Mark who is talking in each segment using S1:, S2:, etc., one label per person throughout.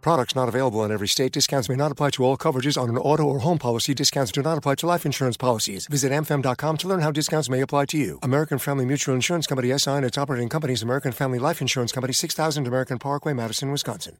S1: Products not available in every state. Discounts may not apply to all coverages on an auto or home policy. Discounts do not apply to life insurance policies. Visit mfm.com to learn how discounts may apply to you. American Family Mutual Insurance Company SI and its operating companies American Family Life Insurance Company 6000 American Parkway, Madison, Wisconsin.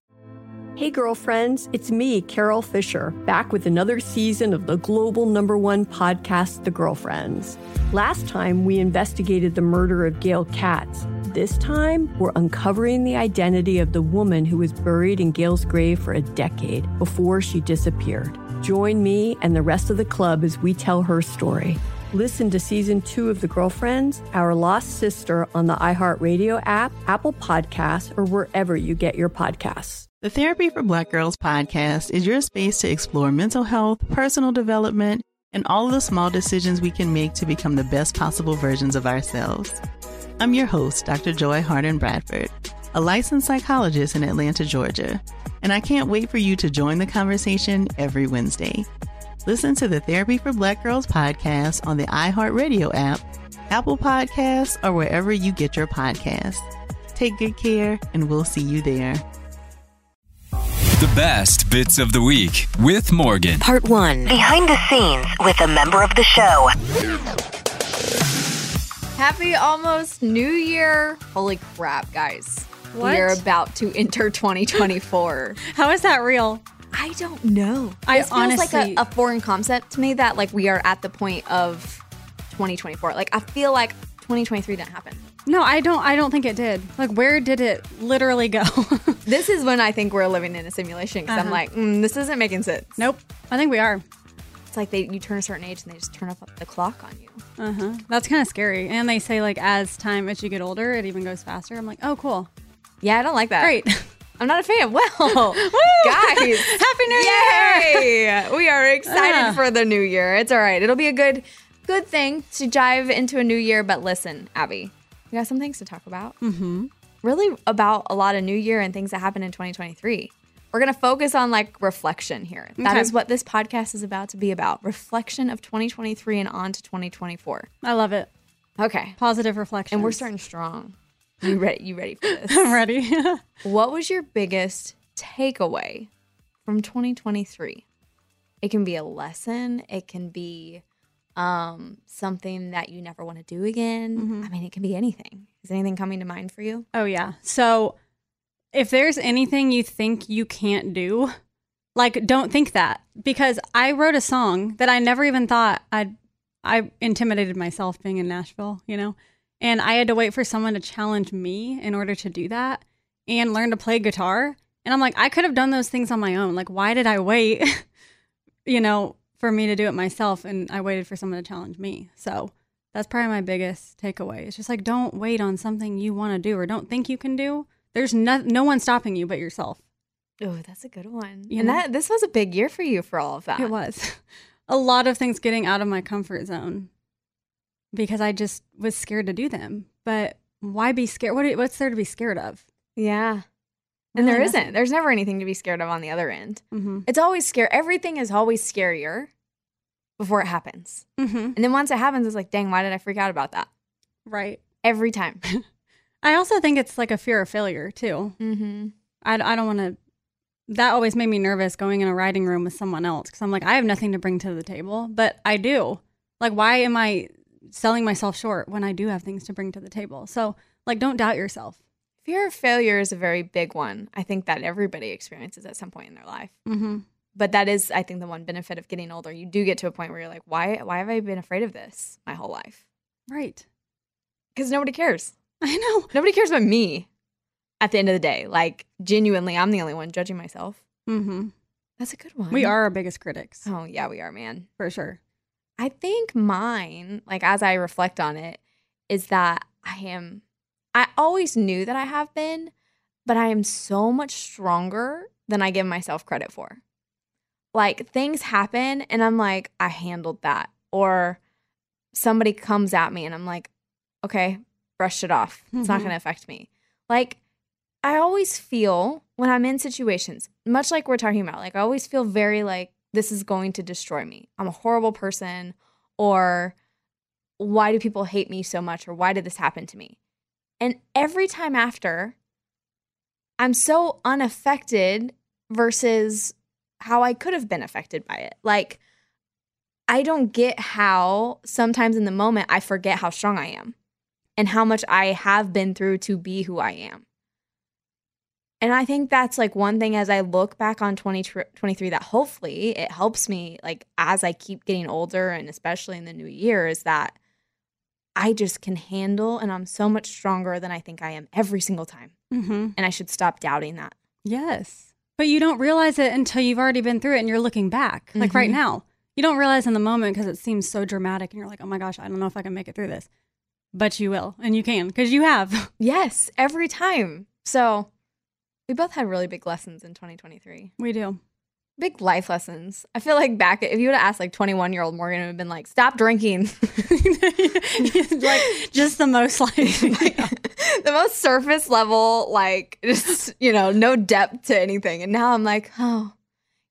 S2: Hey, girlfriends, it's me, Carol Fisher, back with another season of the global number one podcast, The Girlfriends. Last time, we investigated the murder of Gail Katz. This time, we're uncovering the identity of the woman who was buried in Gail's grave for a decade before she disappeared. Join me and the rest of the club as we tell her story. Listen to season two of The Girlfriends, Our Lost Sister on the iHeartRadio app, Apple Podcasts, or wherever you get your podcasts.
S3: The Therapy for Black Girls podcast is your space to explore mental health, personal development, and all of the small decisions we can make to become the best possible versions of ourselves. I'm your host, Dr. Joy Harden Bradford, a licensed psychologist in Atlanta, Georgia, and I can't wait for you to join the conversation every Wednesday. Listen to the Therapy for Black Girls podcast on the iHeartRadio app, Apple Podcasts, or wherever you get your podcasts. Take good care, and we'll see you there.
S4: The best bits of the week with Morgan.
S5: Part 1.
S6: Behind the scenes with a member of the show.
S7: Happy almost New Year. Holy crap, guys.
S8: What?
S7: We're about to enter 2024.
S8: How is that real?
S7: I don't know.
S8: I
S7: This feels
S8: honestly-
S7: like a, a foreign concept to me that like we are at the point of 2024. Like I feel like 2023 didn't happen.
S8: No, I don't. I don't think it did. Like, where did it literally go?
S7: This is when I think we're living in a simulation because I'm like, mm, this isn't making sense.
S8: nope. I think we are.
S7: It's like they you turn a certain age and they just turn up the clock on you.
S8: Uh-huh. That's kind of scary. And they say like as time as you get older, it even goes faster. I'm like, oh, cool.
S7: Yeah, I don't like that.
S8: Great.
S7: I'm not a fan. Well, guys,
S8: Happy New
S7: Yay! We are excited for the new year. It's all right. It'll be a good, good thing to dive into a new year. But listen, Abby, we got some things to talk about. Mm-hmm. Really about a lot of new year and things that happened in 2023. We're gonna focus on like reflection here. That
S8: Okay.
S7: is what this podcast is about to be about: reflection of 2023 and on to 2024.
S8: I love it.
S7: Okay,
S8: Positive reflection.
S7: and we're starting strong. You ready? You ready for this?
S8: I'm ready.
S7: What was your biggest takeaway from 2023? It can be a lesson, it can be um, something that you never want to do again. I mean, it can be anything. Is anything coming to mind for you?
S8: oh yeah. So, if there's anything you think you can't do, like don't think that because I wrote a song that I never even thought I'd I intimidated myself being in Nashville, you know, and I had to wait for someone to challenge me in order to do that and learn to play guitar. And I'm like, I could have done those things on my own. Like, why did I wait, you know, for me to do it myself? And I waited for someone to challenge me. So that's probably my biggest takeaway. It's just like, don't wait on something you want to do or don't think you can do. There's no, no one stopping you but yourself.
S7: Oh, that's a good one.
S8: You
S7: and
S8: know?
S7: that this was a big year for you for all of that.
S8: It was a lot of things getting out of my comfort zone because I just was scared to do them. But why be scared? What, what's there to be scared of?
S7: Yeah. And there
S8: Really
S7: isn't. There's never anything to be scared of on the other end.
S8: Mm-hmm.
S7: It's always scary. Everything is always scarier before it happens.
S8: Mm-hmm.
S7: And then once it happens, it's like, dang, why did I freak out about that?
S8: Right.
S7: Every time.
S8: I also think it's like a fear of failure too.
S7: mm-hmm.
S8: I, I don't want to. That always made me nervous going in a writing room with someone else because I'm like, I have nothing to bring to the table, but I do. Like, why am I selling myself short when I do have things to bring to the table? So, like, don't doubt yourself.
S7: Fear of failure is a very big one. I think that everybody experiences at some point in their life.
S8: Mm-hmm.
S7: But that is, I think, the one benefit of getting older. You do get to a point where you're like, why, why have I been afraid of this my whole life?
S8: Right.
S7: Because nobody cares.
S8: I know.
S7: Nobody cares about me at the end of the day. Like, genuinely, I'm the only one judging myself.
S8: Mm-hmm.
S7: That's a good one.
S8: We are our biggest critics
S7: Oh, yeah, we are, man.
S8: for sure.
S7: I think mine, like, as I reflect on it, is that I am, I always knew that I have been, but I am so much stronger than I give myself credit for. Like things happen and I'm like, I handled that. Or somebody comes at me and I'm like, okay, brush it off. It's not
S8: Mhm.
S7: going to affect me. Like I always feel when I'm in situations, much like we're talking about, like I always feel very like this is going to destroy me. I'm a horrible person, or why do people hate me so much, or why did this happen to me? And every time after, I'm so unaffected versus how I could have been affected by it. Like, I don't get how sometimes in the moment I forget how strong I am and how much I have been through to be who I am. And I think that's like one thing as I look back on 2023 that hopefully it helps me, like as I keep getting older and especially in the new year, is that I just can handle and I'm so much stronger than I think I am every single time.
S8: Mm-hmm.
S7: And I should stop doubting that.
S8: Yes. But you don't realize it until you've already been through it and you're looking back, like right
S7: Mhm.
S8: now. You don't realize in the moment because it seems so dramatic and you're like, oh my gosh, I don't know if I can make it through this. But you will, and you can because you have.
S7: Yes, every time. So we both had really big lessons in 2023.
S8: we do.
S7: Big life lessons. I feel like back if you would have asked like 21 year old Morgan, it would have been like, stop drinking.
S8: like just the most like
S7: the most surface level, like just, you know, no depth to anything. And now I'm like, oh,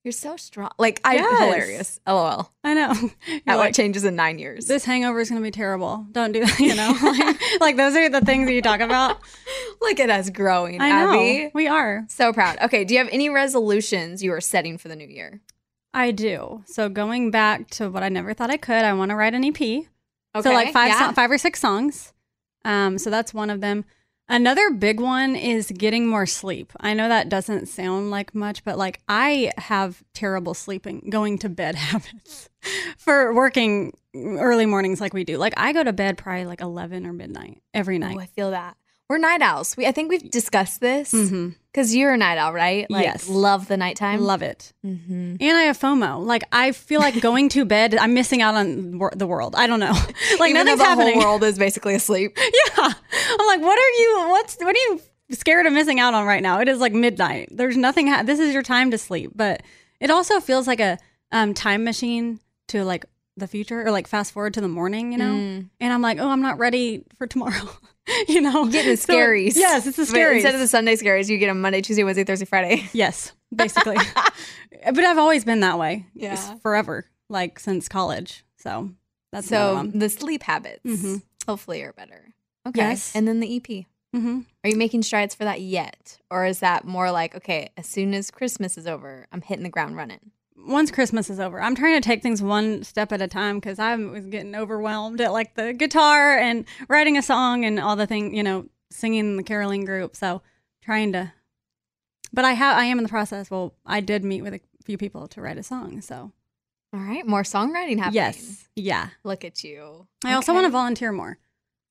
S7: you're so strong. Like, I
S8: Yes.
S7: hilarious. LOL.
S8: I know.
S7: At
S8: You're
S7: what changes in nine years.
S8: this hangover is going to be terrible. Don't do that. You know, like, like those are the things that you talk about.
S7: Look at us growing,
S8: I know
S7: Abby.
S8: we are.
S7: So proud. Okay, do you have any resolutions you are setting for the new year?
S8: I do. So going back to what I never thought I could, I want to write an EP. So like five,
S7: yeah.
S8: so- five or six songs. Um, so that's one of them. Another big one is getting more sleep. I know that doesn't sound like much, but like I have terrible sleeping, going to bed habits for working early mornings like we do. Like I go to bed probably like eleven or midnight every night.
S7: Ooh, I feel that. We're night owls. We I think we've discussed this because
S8: hmm
S7: you're a night owl, right?
S8: Yes.
S7: mm-hmm. Love the
S8: I
S7: nighttime.
S8: love it.
S7: Mm-hmm.
S8: And I have FOMO. Like I feel like going to bed, I'm missing out on wor- the world. I don't know. Like
S7: Even though
S8: nothing's
S7: the
S8: happening.
S7: whole world is basically asleep.
S8: Yeah. I'm like, what are you? What's what are you scared of missing out on right now? It is like midnight. There's nothing. Ha- this is your time to sleep. But it also feels like a um, time machine to like the future or like fast forward to the morning. You know.
S7: Mm.
S8: And I'm like, oh, I'm not ready for tomorrow. you know,
S7: Getting the
S8: So-
S7: scaries.
S8: yes, it's the
S7: But
S8: scary.
S7: Instead of the Sunday scaries, you get them Monday, Tuesday, Wednesday, Thursday, Friday.
S8: Yes, basically. but I've always been that way.
S7: Yeah.
S8: It's forever, like since college. So that's another
S7: so
S8: one.
S7: the sleep habits
S8: Mhm.
S7: hopefully are better. Okay.
S8: Yes.
S7: And then the EP.
S8: hmm
S7: Are you making strides for that yet? Or is that more like, okay, as soon as Christmas is over, I'm hitting the ground running?
S8: Once Christmas is over, I'm trying to take things one step at a time because I was getting overwhelmed at like the guitar and writing a song and all the thing, you know, singing in the caroling group. So trying to, but I have, I am in the process. Well, I did meet with a few people to write a song. So
S7: All right. More songwriting happening.
S8: yes, yeah.
S7: Look at you.
S8: I also want to
S7: Okay.
S8: volunteer more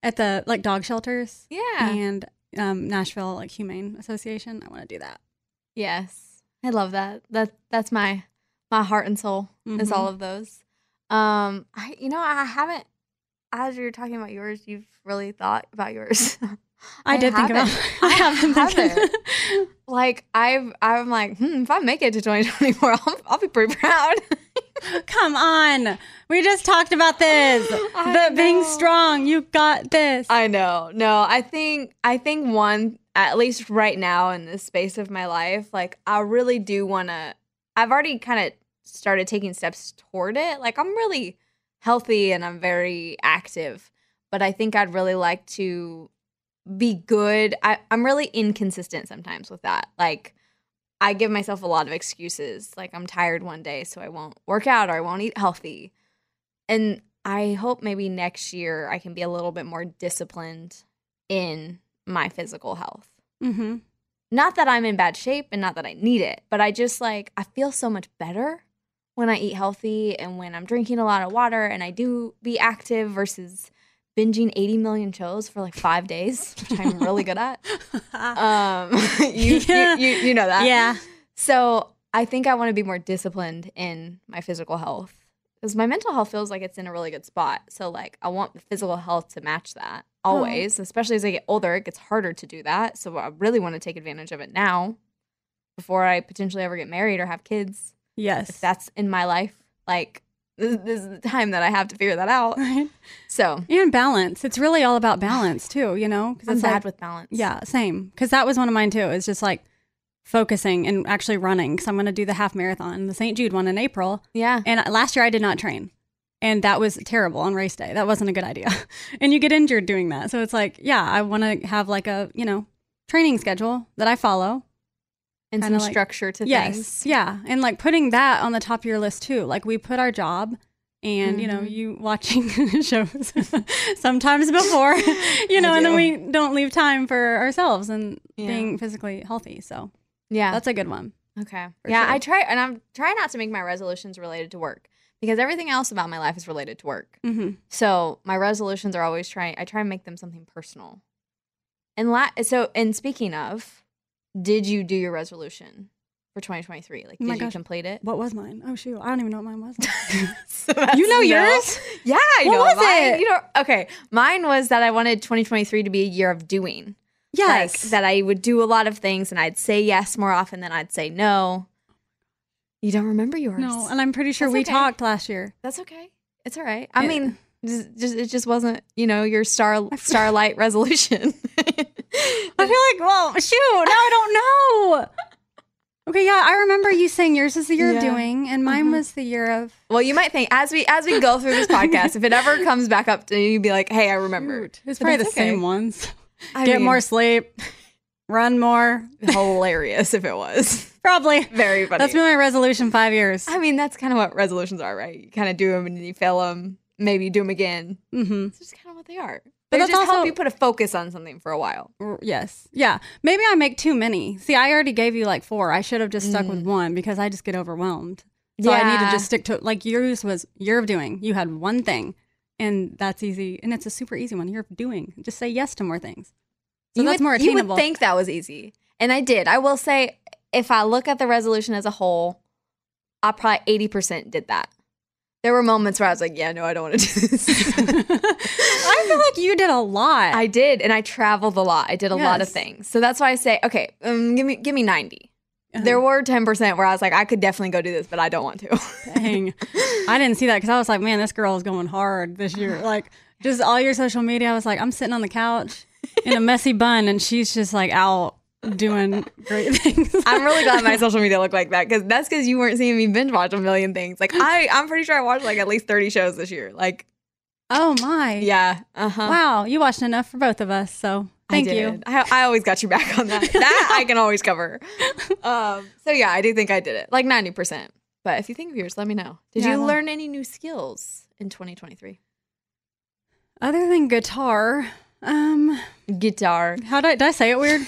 S8: at the like dog shelters.
S7: Yeah.
S8: and um, Nashville like Humane Association. I want to do that.
S7: Yes. I love that. That that's my my heart and soul is
S8: Mhm.
S7: all of those. Um I you know, I haven't as you're talking about yours, you've really thought about yours.
S8: I,
S7: I
S8: did think about.
S7: haven't.
S8: I
S7: I
S8: haven't.
S7: haven't. like I've I'm like, hmm, if I make it to 2024, I'll, I'll be pretty proud.
S8: Come on, we just talked about this.
S7: I
S8: The being
S7: know.
S8: strong, you got this.
S7: I know. No, I think I think one at least right now in this space of my life, like I really do want to I've already kind of started taking steps toward it. Like I'm really healthy and I'm very active, but I think I'd really like to be good. I, I'm really inconsistent sometimes with that. Like I give myself a lot of excuses. Like I'm tired one day, so I won't work out or I won't eat healthy and I hope maybe next year I can be a little bit more disciplined in my physical health.
S8: mm-hmm.
S7: Not that I'm in bad shape and not that I need it, but I just like I feel so much better when I eat healthy and when I'm drinking a lot of water and I do be active versus binging 80 million shows for like 5 days, which I'm really good at. Um you,
S8: Yeah.
S7: you, you you know that.
S8: yeah,
S7: So I think I want to be more disciplined in my physical health because my mental health feels like it's in a really good spot. So like I want the physical health to match that always, especially as I get older. It gets harder to do that. So I really want to take advantage of it now before I potentially ever get married or have kids.
S8: yes.
S7: If that's in my life, like This, this is the time that I have to figure that out.
S8: Right.
S7: So
S8: And balance. It's really all about balance too, you know?
S7: I'm
S8: it's
S7: bad
S8: like-
S7: with balance.
S8: Yeah, same. Because that was one of mine too. It's just like focusing and actually running. Because I'm going to do the half marathon, the St. Jude one in April.
S7: Yeah.
S8: And last year I did not train. And that was terrible on race day. That wasn't a good idea. and you get injured doing that. So it's like, yeah, I want to have like a, you know, training schedule that I follow.
S7: And some
S8: kinda like-
S7: structure to
S8: yes.
S7: things.
S8: Yeah. And like putting that on the top of your list too. Like we put our job and you know
S7: Mhm.
S8: you watching shows sometimes before you know
S7: I
S8: and then
S7: do.
S8: we don't leave time for ourselves and
S7: Yeah.
S8: being physically healthy so
S7: Yeah.
S8: that's a good one
S7: Okay.
S8: For
S7: Yeah,
S8: sure.
S7: I try and I'm try not to make my resolutions related to work because everything else about my life is related to work.
S8: mm-hmm.
S7: So my resolutions are always trying. I try and make them something personal. And la- so, and speaking of, did you do your resolution for 2023? Like,
S8: Oh
S7: did
S8: my
S7: you
S8: gosh.
S7: complete it?
S8: what was mine oh shoot i don't even know what mine was
S7: So that's
S8: You know
S7: no.
S8: yours?
S7: Yeah, I
S8: What
S7: know
S8: was
S7: mine.
S8: it?
S7: You know, okay. Mine was that I wanted 2023 to be a year of doing.
S8: yes
S7: like, that I would do a lot of things, and I'd say yes more often than I'd say no. You don't remember yours?
S8: no and i'm pretty sure
S7: That's
S8: we
S7: okay.
S8: talked last year
S7: That's okay. It's all right. I
S8: It-
S7: mean, just, just it just wasn't, you know, your star starlight resolution.
S8: i feel like well shoot now i don't know okay yeah i remember you saying yours was the year
S7: Yeah.
S8: of doing and mine
S7: Uh-huh.
S8: was the year of
S7: well, you might think as we as we go through this podcast, if it ever comes back up to you, you'd be like, "Hey, I remember."
S8: Shoot. It's
S7: But
S8: probably the
S7: that's okay.
S8: same ones.
S7: I
S8: Get
S7: mean,
S8: more sleep, run more.
S7: hilarious if it was
S8: Probably.
S7: very funny.
S8: That's been my resolution five years.
S7: I mean, that's kind of what resolutions are, right? You kind of do them and you fail them. Maybe you do them again.
S8: Mm-hmm.
S7: It's just kind of what they are.
S8: But
S7: But they
S8: that's
S7: just help
S8: also-
S7: you put a focus on something for a while.
S8: Yes. Yeah. Maybe I make too many. See, I already gave you like four. I should have just stuck
S7: Mm.
S8: with one because I just get overwhelmed. So I need to just stick to like yours was you're doing. You had one thing, and that's easy, and it's a super easy one. You're doing. Just say yes to more things. So
S7: you
S8: that's
S7: would,
S8: more
S7: You
S8: attainable.
S7: would think that was easy, and I did. I will say, if I look at the resolution as a whole, I probably eighty percent did that. There were moments where I was like, "Yeah, no, I don't want to do this."
S8: I feel like you did a lot.
S7: I did, and I traveled a lot. I did a lot of
S8: Yes.
S7: things, so that's why I say, okay, um, give me give me 90 There were ten percent where I was like, I could definitely go do this, but I don't want to.
S8: Dang. I didn't see that because I was like, man, this girl is going hard this year. Like, just all your social media. I was like, I'm sitting on the couch in a messy bun, and she's just like out doing great things.
S7: I'm really glad my social media looked like that because that's because you weren't seeing me binge watch a million things. Like I, I'm pretty sure I watched like at least thirty shows this year. Like,
S8: oh my.
S7: yeah, uh huh.
S8: Wow, you watched enough for both of us. So thank
S7: I
S8: you.
S7: did. I, I always got your back on that. That I can always cover. Um, so yeah, I do think I did it, like ninety percent. But if you think of yours, let me know. Did
S8: Yeah, I
S7: you
S8: will.
S7: learn any new skills in 2023?
S8: Other than guitar, um,
S7: Guitar.
S8: how did I, did I say it weird?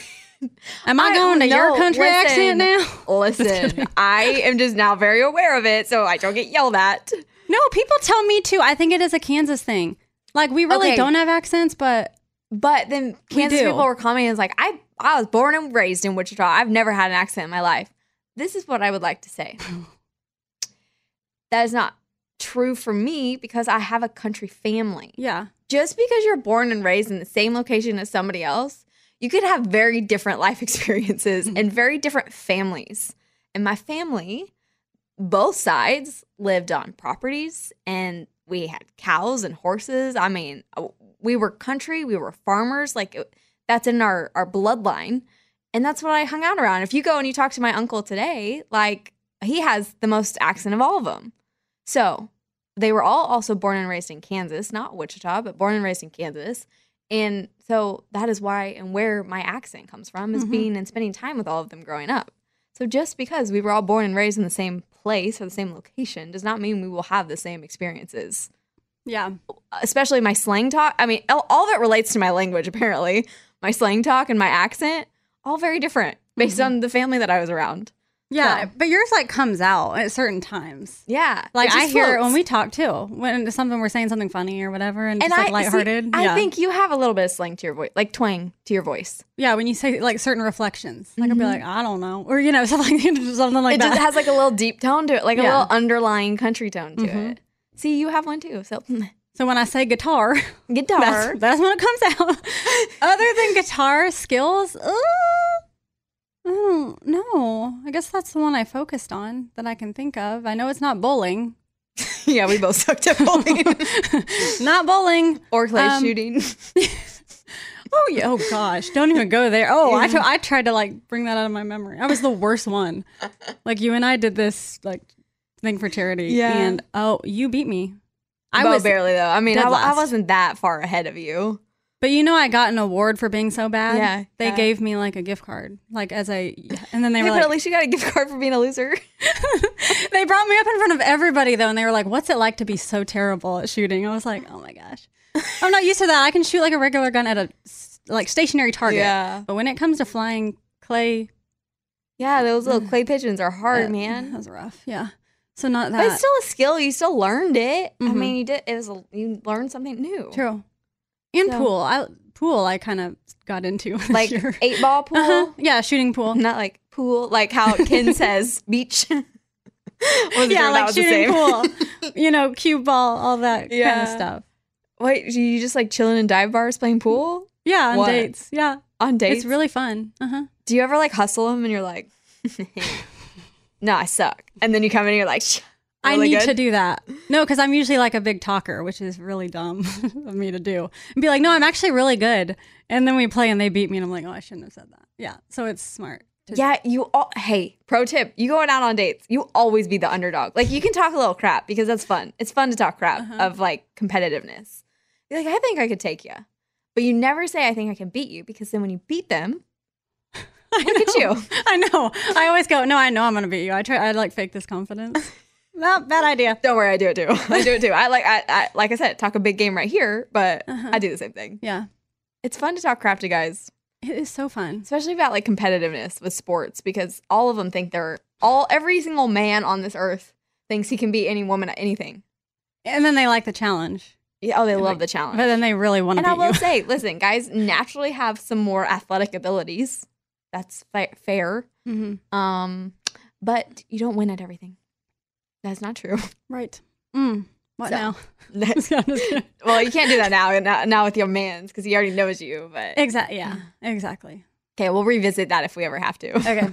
S8: Am I,
S7: I-
S8: going to your
S7: no,
S8: country accent
S7: listen.
S8: now?
S7: Listen, I am just now very aware of it, so I don't get yelled at.
S8: No, people tell me too. I think it is a Kansas thing. Like we really
S7: Okay.
S8: don't have accents, but
S7: But then
S8: We
S7: Kansas
S8: do.
S7: people were commenting, "Is like I, I was born and raised in Wichita. I've never had an accent in my life. This is what I would like to say. that is not true for me because I have a country family.
S8: yeah.
S7: just because you're born and raised in the same location as somebody else, you could have very different life experiences and very different families. And my family, both sides, lived on properties and we had cows and horses. I mean, uh, we were country, we were farmers. Like it- that's in our, our bloodline. And that's what I hung out around. If you go and you talk to my uncle today, like he has the most accent of all of them. So they were all also born and raised in Kansas, not Wichita, but born and raised in Kansas. And so that is why and where my accent comes from is
S8: Mhm.
S7: being and spending time with all of them growing up. So just because we were all born and raised in the same place or the same location does not mean we will have the same experiences.
S8: Yeah.
S7: Especially my slang talk. I mean, all all that relates to my language apparently. My slang talk and my accent all very different based
S8: Mm-hmm.
S7: on the family that I was around.
S8: Yeah,
S7: So-
S8: but yours like comes out at certain times.
S7: Yeah,
S8: Like
S7: just
S8: I hear it
S7: floats.
S8: when we talk too, when something we're saying something funny or whatever, and,
S7: and
S8: just,
S7: I
S8: like lighthearted.
S7: See,
S8: yeah.
S7: I think you have a little bit of slang to your voice, like twang to your voice.
S8: yeah, when you say like certain reflections, like I'll be like, I don't know, or you know, something, something
S7: Mm-hmm.
S8: like
S7: it
S8: that.
S7: just has like a little deep tone to it, like a
S8: Yeah.
S7: little underlying country tone to
S8: Mhm.
S7: it. See, you have one too. So
S8: so when I say guitar,
S7: guitar.
S8: that's, that's when it comes out. Other than guitar skills, uh, I don't know. I guess that's the one I focused on that I can think of. I know it's not bowling.
S7: yeah, we both sucked at bowling
S8: Not bowling.
S7: or clay
S8: Um,
S7: shooting.
S8: Oh yeah. Oh gosh. Don't even go there. Oh, I, t- I tried to like bring that out of my memory. I was the worst one. Like you and I did this like thing for charity.
S7: Yeah.
S8: And oh, you beat me. I
S7: But
S8: was
S7: barely though. I mean, I,
S8: dead
S7: wa- I
S8: last.
S7: wasn't that far ahead of you.
S8: But you know, I got an award for being so bad.
S7: Yeah,
S8: They
S7: yeah.
S8: gave me like a gift card, like as a, and then they
S7: Hey,
S8: were
S7: but
S8: like,
S7: at least you got a gift card for being a loser.
S8: they brought me up in front of everybody though, and they were like, "What's it like to be so terrible at shooting?" I was like, "Oh my gosh, I'm not used to that. I can shoot like a regular gun at a s- like stationary target,
S7: Yeah.
S8: but when it comes to flying clay,
S7: Yeah, those little clay pigeons are hard,
S8: uh,
S7: man.
S8: that was rough. Yeah, so not
S7: But
S8: that.
S7: it's still a skill. You still learned it. I
S8: Mhm.
S7: mean, you did. It was a, you learned something new.
S8: true. And
S7: So-
S8: pool, I pool, I kind of got into this
S7: Like
S8: year.
S7: eight ball pool,
S8: Uh-huh. yeah, shooting pool.
S7: not like pool. Like how Ken says beach. Wasn't sure if
S8: yeah,
S7: that
S8: like
S7: was the same.
S8: shooting pool, you know, cue ball, all that kind
S7: Yeah.
S8: of stuff.
S7: Wait, you just like chilling in dive bars playing pool
S8: Yeah, on
S7: What?
S8: dates. Yeah,
S7: on dates?
S8: it's really fun. Uh huh.
S7: Do you ever like hustle them and you're like, no, I suck, and then you come in and you're like, "Shh,
S8: I
S7: really
S8: need
S7: good."
S8: to do that. No, because I'm usually like a big talker, which is really dumb of me to do. And be like, no, I'm actually really good. And then we play and they beat me, and I'm like, oh, I shouldn't have said that. Yeah. So it's smart. to-
S7: Yeah, you all. Hey, pro tip: you going out on dates, you always be the underdog. Like you can talk a little crap because that's fun. It's fun to talk crap of like competitiveness. You're like, I think I could take you, but you never say, I think I can beat you, because then when you beat them, look at you.
S8: I know. I always go, no, I know I'm going to beat you. I try, I like fake this confidence. Not bad idea.
S7: Don't worry, I do it too. I do it too. I like, I, I like I said, talk a big game right here, but
S8: Uh-huh.
S7: I do the same thing.
S8: Yeah.
S7: It's fun to talk crap to guys,
S8: It is so fun.
S7: especially about like competitiveness with sports, because all of them think they're all every single man on this earth thinks he can beat any woman at anything.
S8: And then they like the challenge,
S7: Yeah, oh, they love
S8: like-
S7: the challenge.
S8: but then they really want to
S7: and I
S8: beat
S7: will
S8: you.
S7: say, listen, guys naturally have some more athletic abilities. That's fa- fair.
S8: Mhm.
S7: Um, but you don't win at everything. That's not true.
S8: Right. Mm. What
S7: So-
S8: now? I'm just kidding.
S7: well, you can't do that now. Now, now with your man's because he already knows you. But
S8: Exactly. Yeah.
S7: Mm.
S8: Exactly.
S7: okay, we'll revisit that if we ever have to.
S8: Okay.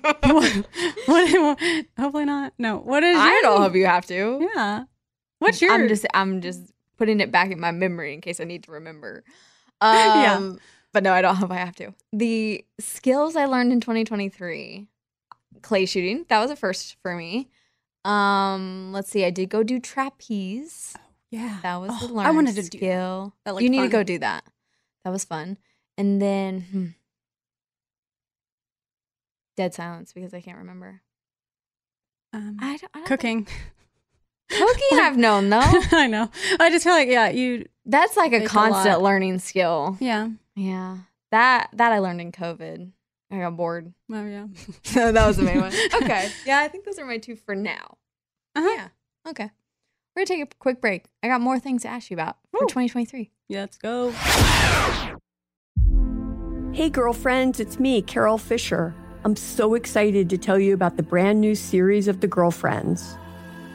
S8: what, what- hopefully not. No. What is
S7: I
S8: your-
S7: don't hope you have to.
S8: Yeah. What's your?
S7: I'm just, I'm just putting it back in my memory in case I need to remember. Um,
S8: Yeah.
S7: But no, I don't hope I have to. The skills I learned in 2023 clay shooting, that was a first for me. Um, let's see, I did go do trapeze.
S8: yeah.
S7: That was the
S8: Oh,
S7: learned
S8: I wanted to do.
S7: skill.
S8: That looked
S7: you need to
S8: fun.
S7: go do that. That was fun. And then hmm. dead silence because I can't remember.
S8: Um,
S7: I don't, I don't
S8: cooking.
S7: Think, cooking I've known though.
S8: I know. I just feel like yeah. You
S7: That's like a
S8: Bake a
S7: constant
S8: lot.
S7: learning skill.
S8: yeah.
S7: Yeah. That that I learned in COVID. I got bored.
S8: Oh yeah.
S7: So that was the main one. Okay. Yeah, I think those are my two for now.
S8: Uh-huh.
S7: Yeah. Okay. We're gonna take a quick break. I got more things to ask you about for 2023.
S8: Yeah, Let's go.
S2: Hey, girlfriends, it's me, Carol Fisher. I'm so excited to tell you about the brand new series of The Girlfriends.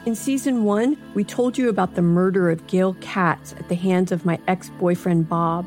S2: In season one, we told you about the murder of Gail Katz at the hands of my ex boyfriend, Bob.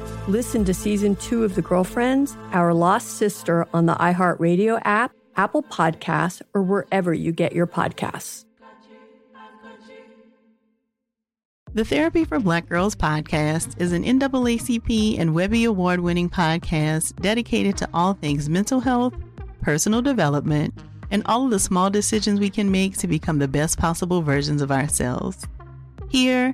S2: Listen to season two of The Girlfriends, Our Lost Sister on the iHeartRadio app, Apple Podcasts, or wherever you get your podcasts.
S3: The Therapy for Black Girls podcast is an NAACP and Webby Award winning podcast dedicated to all things mental health, personal development, and all of the small decisions we can make to become the best possible versions of ourselves. Here,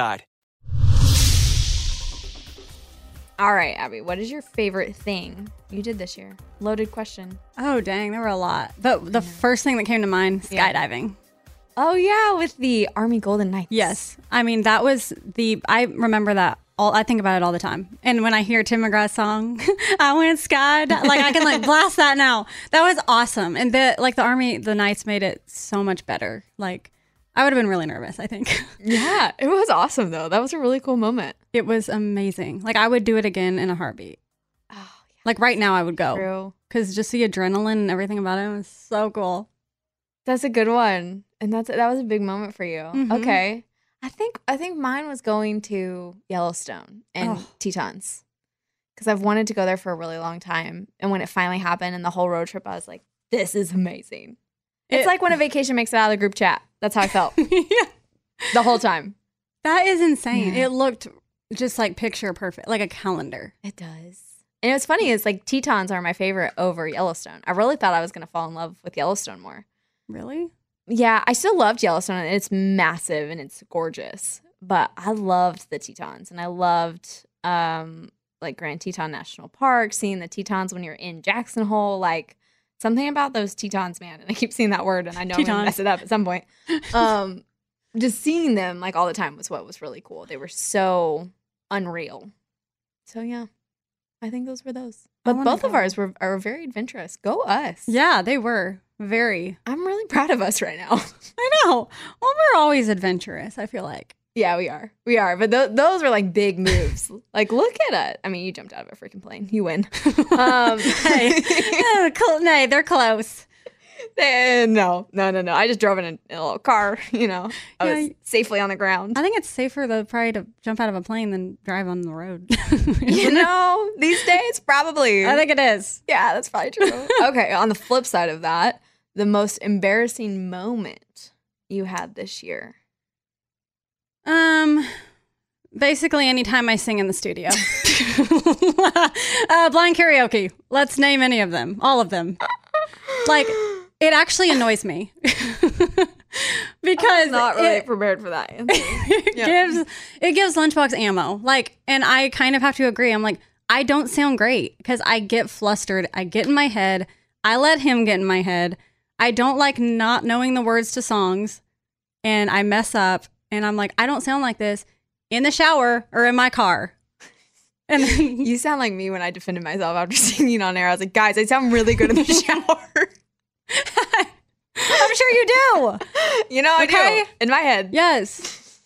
S7: All right, Abby, what is your favorite thing you did this year? Loaded question.
S8: Oh, dang, there were a lot. But the first thing that came to mind, skydiving.
S7: Oh, yeah, with the Army Golden Knights.
S8: Yes. I mean, that was the, I remember that. All, I think about it all the time. And when I hear Tim McGraw's song, I went sky, like I can like blast that now. That was awesome. And the like the army, the knights made it so much better. Like I would have been really nervous, I think.
S7: Yeah, it was awesome though. That was a really cool moment.
S8: It was amazing. Like I would do it again in a heartbeat. like right now, I would go
S7: true.
S8: because just the adrenaline and everything about it was so cool.
S7: That's a good one. And that's that was a big moment for you.
S8: Mhm.
S7: Okay. I think I think mine was going to Yellowstone and
S8: Oh.
S7: Tetons. Cuz I've wanted to go there for a really long time and when it finally happened and the whole road trip I was like this is amazing. it's
S8: It-
S7: like when a vacation makes it out of the group chat. That's how I felt. The whole time.
S8: That is insane.
S7: Yeah.
S8: It looked just like picture perfect, like a calendar.
S7: It does. And what's funny is like Tetons are my favorite over Yellowstone. I really thought I was going to fall in love with Yellowstone more.
S8: Really?
S7: Yeah, I still loved Yellowstone and it's massive and it's gorgeous. But I loved the Tetons and I loved um like Grand Teton National Park, seeing the Tetons when you're in Jackson Hole, like something about those Tetons, man. And I keep seeing that word and I know I'm gonna
S8: Tetons.
S7: mess it up at some point. Um just seeing them like all the time was what was really cool. They were so unreal. So yeah. I think those were those.
S8: I
S7: But
S8: wanna
S7: both of
S8: go.
S7: ours were are very adventurous. Go us.
S8: Yeah, they were very.
S7: I'm really proud of us right now.
S8: I know. Well, we're always adventurous, I feel like.
S7: Yeah, we are. We are. But th- those were like big moves. like, look at us. I mean, you jumped out of a freaking plane. You win. Um,
S8: Hey, uh, cl- no, they're close.
S7: eh, no, no, no, no. I just drove in a, in a little car, you know. I
S8: Yeah,
S7: was
S8: y-
S7: safely on the ground.
S8: I think it's safer, though, probably to jump out of a plane than drive on the road.
S7: You know, these days, probably.
S8: I think it is.
S7: Yeah, that's probably true. okay, on the flip side of that, the most embarrassing moment you had this year.
S8: Um, basically, anytime I sing in the studio, uh, blind karaoke. Let's name any of them, all of them. Like, it actually annoys me because
S7: I'm not really
S8: it,
S7: prepared for that answer.
S8: it gives it gives lunchbox ammo. Like, and I kind of have to agree. I'm like, I don't sound great because I get flustered. I get in my head. I let him get in my head. I don't like not knowing the words to songs, and I mess up. And I'm like, I don't sound like this in the shower or in my car. And then,
S7: you sound like me when I defended myself after singing on air. I was like, guys, I sound really good in the shower.
S8: I'm sure you do.
S7: You know, I
S8: Okay.
S7: do. In my head.
S8: Yes.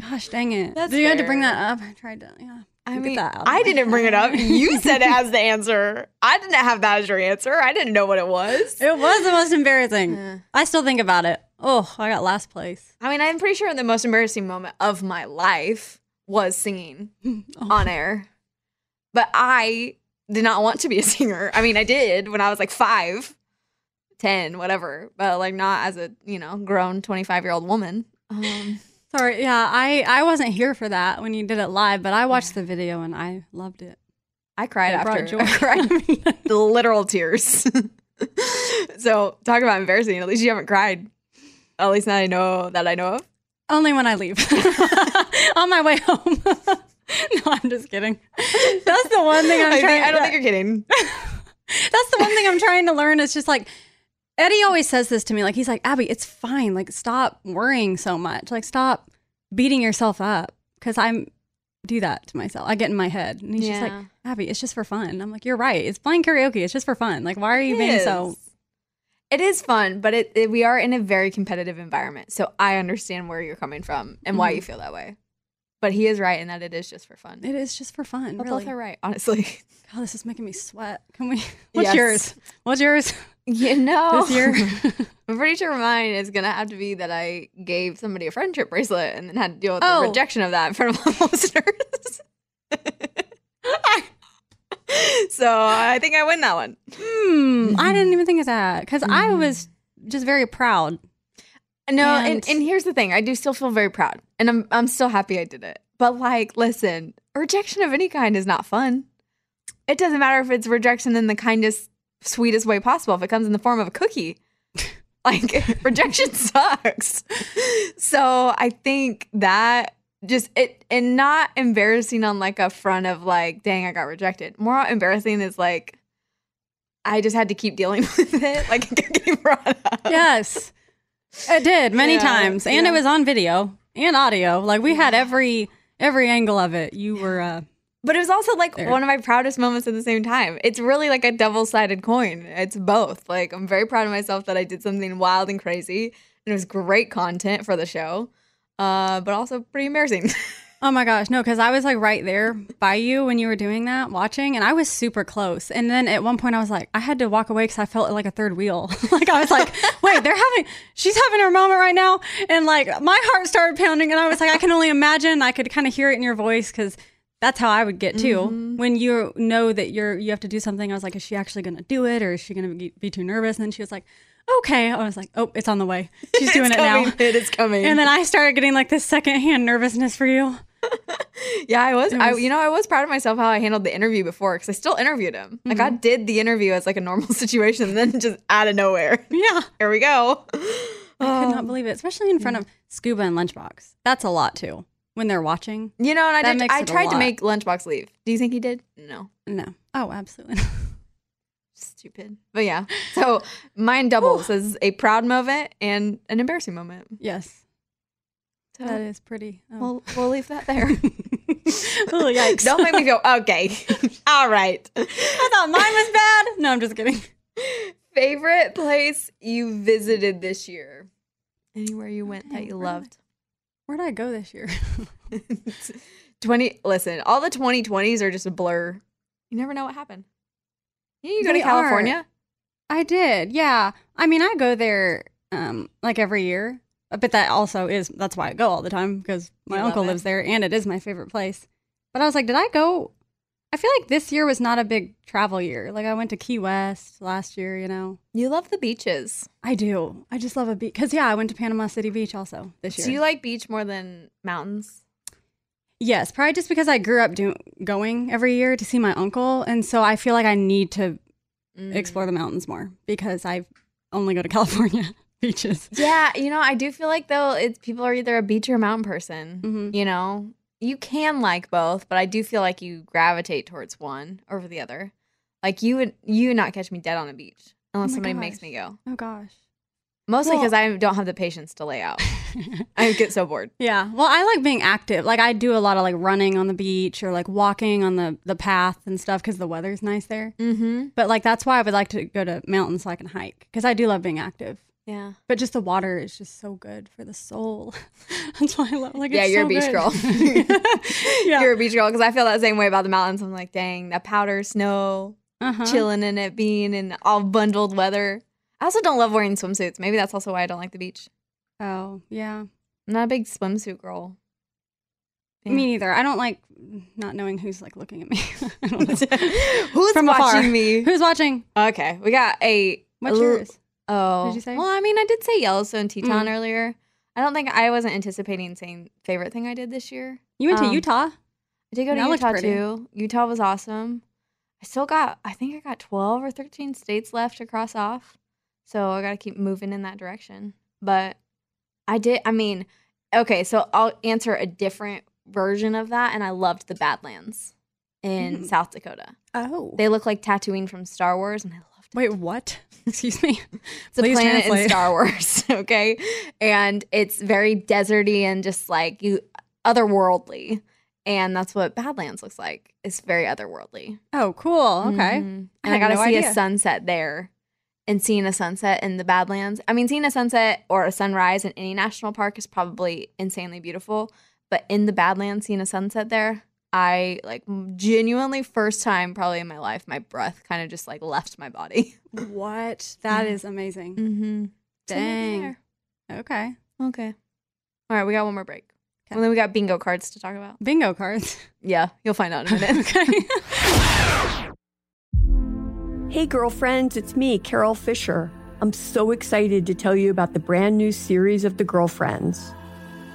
S8: Gosh, dang it.
S7: That's
S8: Do you have to bring
S7: fair.
S8: that up? I tried to. Yeah.
S7: I
S8: Get
S7: mean,
S8: that out
S7: I
S8: of
S7: didn't bring it up. You said it as the answer. I didn't have that as your answer. I didn't know what it was.
S8: It was the most embarrassing.
S7: Yeah.
S8: I still think about it. Oh, I got last place.
S7: I mean, I'm pretty sure the most embarrassing moment of my life was singing on air. But I did not want to be a singer. I mean, I did when I was like five, 10, whatever, but like not as a, you know, grown 25 year old woman. Um,
S8: Sorry. Yeah, I I wasn't here for that when you did it live, but I watched the video and I loved it.
S7: I cried
S8: It brought
S7: after.
S8: joy.
S7: I cried the literal tears. so talk about embarrassing. At least you haven't cried. At least now I know that I know of.
S8: Only when I leave. On my way home. no, I'm just kidding. That's the one thing
S7: I
S8: I'm
S7: think-
S8: trying
S7: I don't think you're kidding.
S8: That's the one thing I'm trying to learn is just like Eddie always says this to me. Like he's like, Abby, it's fine. Like stop worrying so much. Like stop beating yourself up. Cause I'm do that to myself. I get in my head. And he's just
S7: Yeah.
S8: like, Abby, it's just for fun. I'm like, you're right. It's blind karaoke. It's just for fun. Like, why are you
S7: It
S8: being so
S7: is. It is fun, but it, it- we are in a very competitive environment, so I understand where you're coming from and why you
S8: Mhm.
S7: feel that way. But he is right in that Mm-hmm. it is just for fun.
S8: it is just for fun.
S7: But
S8: really.
S7: both are right, honestly.
S8: God, this is making me sweat. Can we what's
S7: Yes.
S8: yours? What's yours?
S7: You know,
S8: This year?
S7: I'm pretty sure mine is gonna have to be that I gave somebody a friendship bracelet and then had to deal with
S8: Oh.
S7: the rejection of that in front of all the listeners. so I think I win that one.
S8: Hmm. I didn't even think of that because I
S7: Mm-hmm.
S8: was just very proud.
S7: No,
S8: And-
S7: and, and here's the thing: I do still feel very proud, and I'm I'm still happy I did it. But like, listen, rejection of any kind is not fun. It doesn't matter if it's rejection in the kindest, sweetest way possible. If it comes in the form of a cookie, like rejection sucks. So I think that just it and not embarrassing on like a front of like, dang, I got rejected. More embarrassing is like. I just had to keep dealing with it. Like it kept brought up.
S8: Yes. It did many
S7: Yeah,
S8: times, and
S7: yeah.
S8: it was on video and audio. Like we had every every angle of it. You were uh,
S7: But it was also like
S8: There.
S7: one of my proudest moments at the same time. It's really like a double sided coin. It's both. Like, I'm very proud of myself that I did something wild and crazy, and it was great content for the show, uh, but also pretty embarrassing.
S8: oh my gosh, no, because I was like right there by you when you were doing that, watching, and I was super close. And then at one point, I was like, I had to walk away because I felt like a third wheel. like I was like, wait, they're having, she's having her moment right now, and like my heart started pounding, and I was like, I can only imagine. I could kind of hear it in your voice because. That's how I would get too. When you know that you're you have to do something, I was like, is she actually going to do it, or is she going to be, be too nervous? And then she was like, okay. I was like, oh, it's on the way. She's doing it now.
S7: It is coming.
S8: And then I started getting like this secondhand nervousness for you.
S7: yeah, I was,
S8: It
S7: I,
S8: was-
S7: you know, I was proud of myself how I handled the interview before because I still interviewed him. Like,
S8: Mm-hmm.
S7: I did the interview as like a normal situation, and then just out of nowhere.
S8: Yeah. Um,
S7: Here we go.
S8: I could not believe it, especially in front of Scuba and Lunchbox. That's a lot too when they're watching.
S7: You know, and I
S8: That
S7: did,
S8: makes
S7: I
S8: it a
S7: tried to
S8: lot.
S7: make Lunchbox leave. Do you think he did? No.
S8: No. Oh, absolutely.
S7: Stupid. But yeah, so mine doubles as a proud moment and an embarrassing moment.
S8: yes.
S7: So
S8: That is pretty. Oh.
S7: we'll we'll leave that there.
S8: oh, yikes.
S7: Don't make me go. Okay, all right.
S8: I thought mine was bad. No, I'm just kidding.
S7: Favorite place you visited this year? Anywhere you went that
S8: Dang,
S7: you
S8: where did I-
S7: loved?
S8: Where did I go this year?
S7: Twenty. Listen, all the twenty twenties are just a blur. You never know what happened. Yeah, you go
S8: They
S7: to
S8: are.
S7: California.
S8: I did. Yeah. I mean, I go there um like every year, uh, but that also is that's why I go all the time because my
S7: You love
S8: uncle
S7: it.
S8: lives there and it is my favorite place. But I was like, did I go? I feel like this year was not a big travel year. Like I went to Key West last year, you know.
S7: You love the beaches.
S8: I do. I just love a beach cuz yeah, I went to Panama City Beach also this year.
S7: Do you like beach more than mountains?
S8: Yes, probably just because I grew up do- going every year to see my uncle, and so I feel like I need to
S7: Mm.
S8: explore the mountains more because I only go to California beaches.
S7: Yeah, you know, I do feel like though it's people are either a beach or a mountain person.
S8: Mm-hmm.
S7: You know, you can like both, but I do feel like you gravitate towards one over the other. Like you would, you would not catch me dead on a beach unless
S8: Oh my
S7: somebody makes
S8: gosh.
S7: me go.
S8: Oh gosh.
S7: Mostly
S8: Well-
S7: because I don't have the patience to lay out. I get so bored.
S8: Yeah. Well, I like being active. Like I do a lot of like running on the beach or like walking on the the path and stuff because the weather's nice there.
S7: Mm-hmm.
S8: But like that's why I would like to go to mountains so I can hike because I do love being active.
S7: Yeah.
S8: But just the water is just so good for the soul. that's why I love. Like
S7: yeah,
S8: it's
S7: you're
S8: so
S7: a beach
S8: good.
S7: girl.
S8: yeah.
S7: You're a beach girl because I feel that same way about the mountains. I'm like, dang, that powder, snow,
S8: Uh-huh.
S7: chilling in it, being in all bundled weather. I also don't love wearing swimsuits. Maybe that's also why I don't like the beach.
S8: Oh yeah.
S7: I'm not a big swimsuit girl. Yeah.
S8: Me neither. I don't like not knowing who's like looking at me. I don't know.
S7: Who's
S8: From
S7: watching
S8: afar.
S7: me?
S8: Who's watching?
S7: Okay, we got a.
S8: What's
S7: a l-
S8: yours?
S7: Oh,
S8: Did you say?
S7: Well, I mean, I did say Yellowstone Teton
S8: Mm.
S7: earlier. I don't think I wasn't anticipating saying favorite thing I did this year.
S8: You went
S7: Um,
S8: to
S7: I
S8: Utah.
S7: did go to
S8: That looked
S7: Utah
S8: pretty.
S7: too. Utah was awesome. I still got, I think I got 12 or 13 states left to cross off. So I got to keep moving in that direction. But I did. I mean, okay, so I'll answer a different version of that. And I loved the Badlands in
S8: Mhm.
S7: South Dakota.
S8: Oh.
S7: They look like Tatooine from Star Wars, and I loved it.
S8: Wait, what? Excuse me.
S7: It's a
S8: Please
S7: planet in
S8: translate.
S7: Star Wars, okay? And it's very deserty and just like you otherworldly. And that's what Badlands looks like. It's very otherworldly.
S8: Oh, cool. Okay.
S7: Mhm.
S8: I
S7: And I,
S8: had
S7: got to
S8: no
S7: see a
S8: idea.
S7: sunset there and seeing a sunset in the Badlands. I mean, seeing a sunset or a sunrise in any national park is probably insanely beautiful, but in the Badlands, seeing a sunset there, I like genuinely first time probably in my life, my breath kind of just like left my body.
S8: What? That
S7: Yeah.
S8: is amazing.
S7: Mm-hmm.
S8: Dang. Okay.
S7: Okay. All right, we got one more break. And then we got bingo cards to talk about.
S8: Bingo cards.
S7: Yeah, you'll find out in a minute.
S2: Hey, girlfriends, it's me, Carol Fisher. I'm so excited to tell you about the brand new series of The Girlfriends.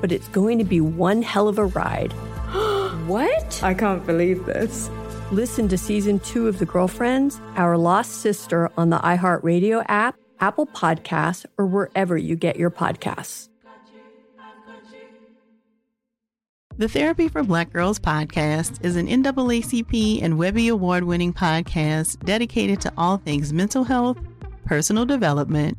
S2: but it's going to be one hell of a ride. what? I can't believe this. Listen to season two of The Girlfriends, Our Lost Sister on the iHeartRadio app, Apple Podcasts, or wherever you get your podcasts.
S3: The Therapy for Black Girls podcast is an NAACP and Webby Award winning podcast dedicated to all things mental health, personal development,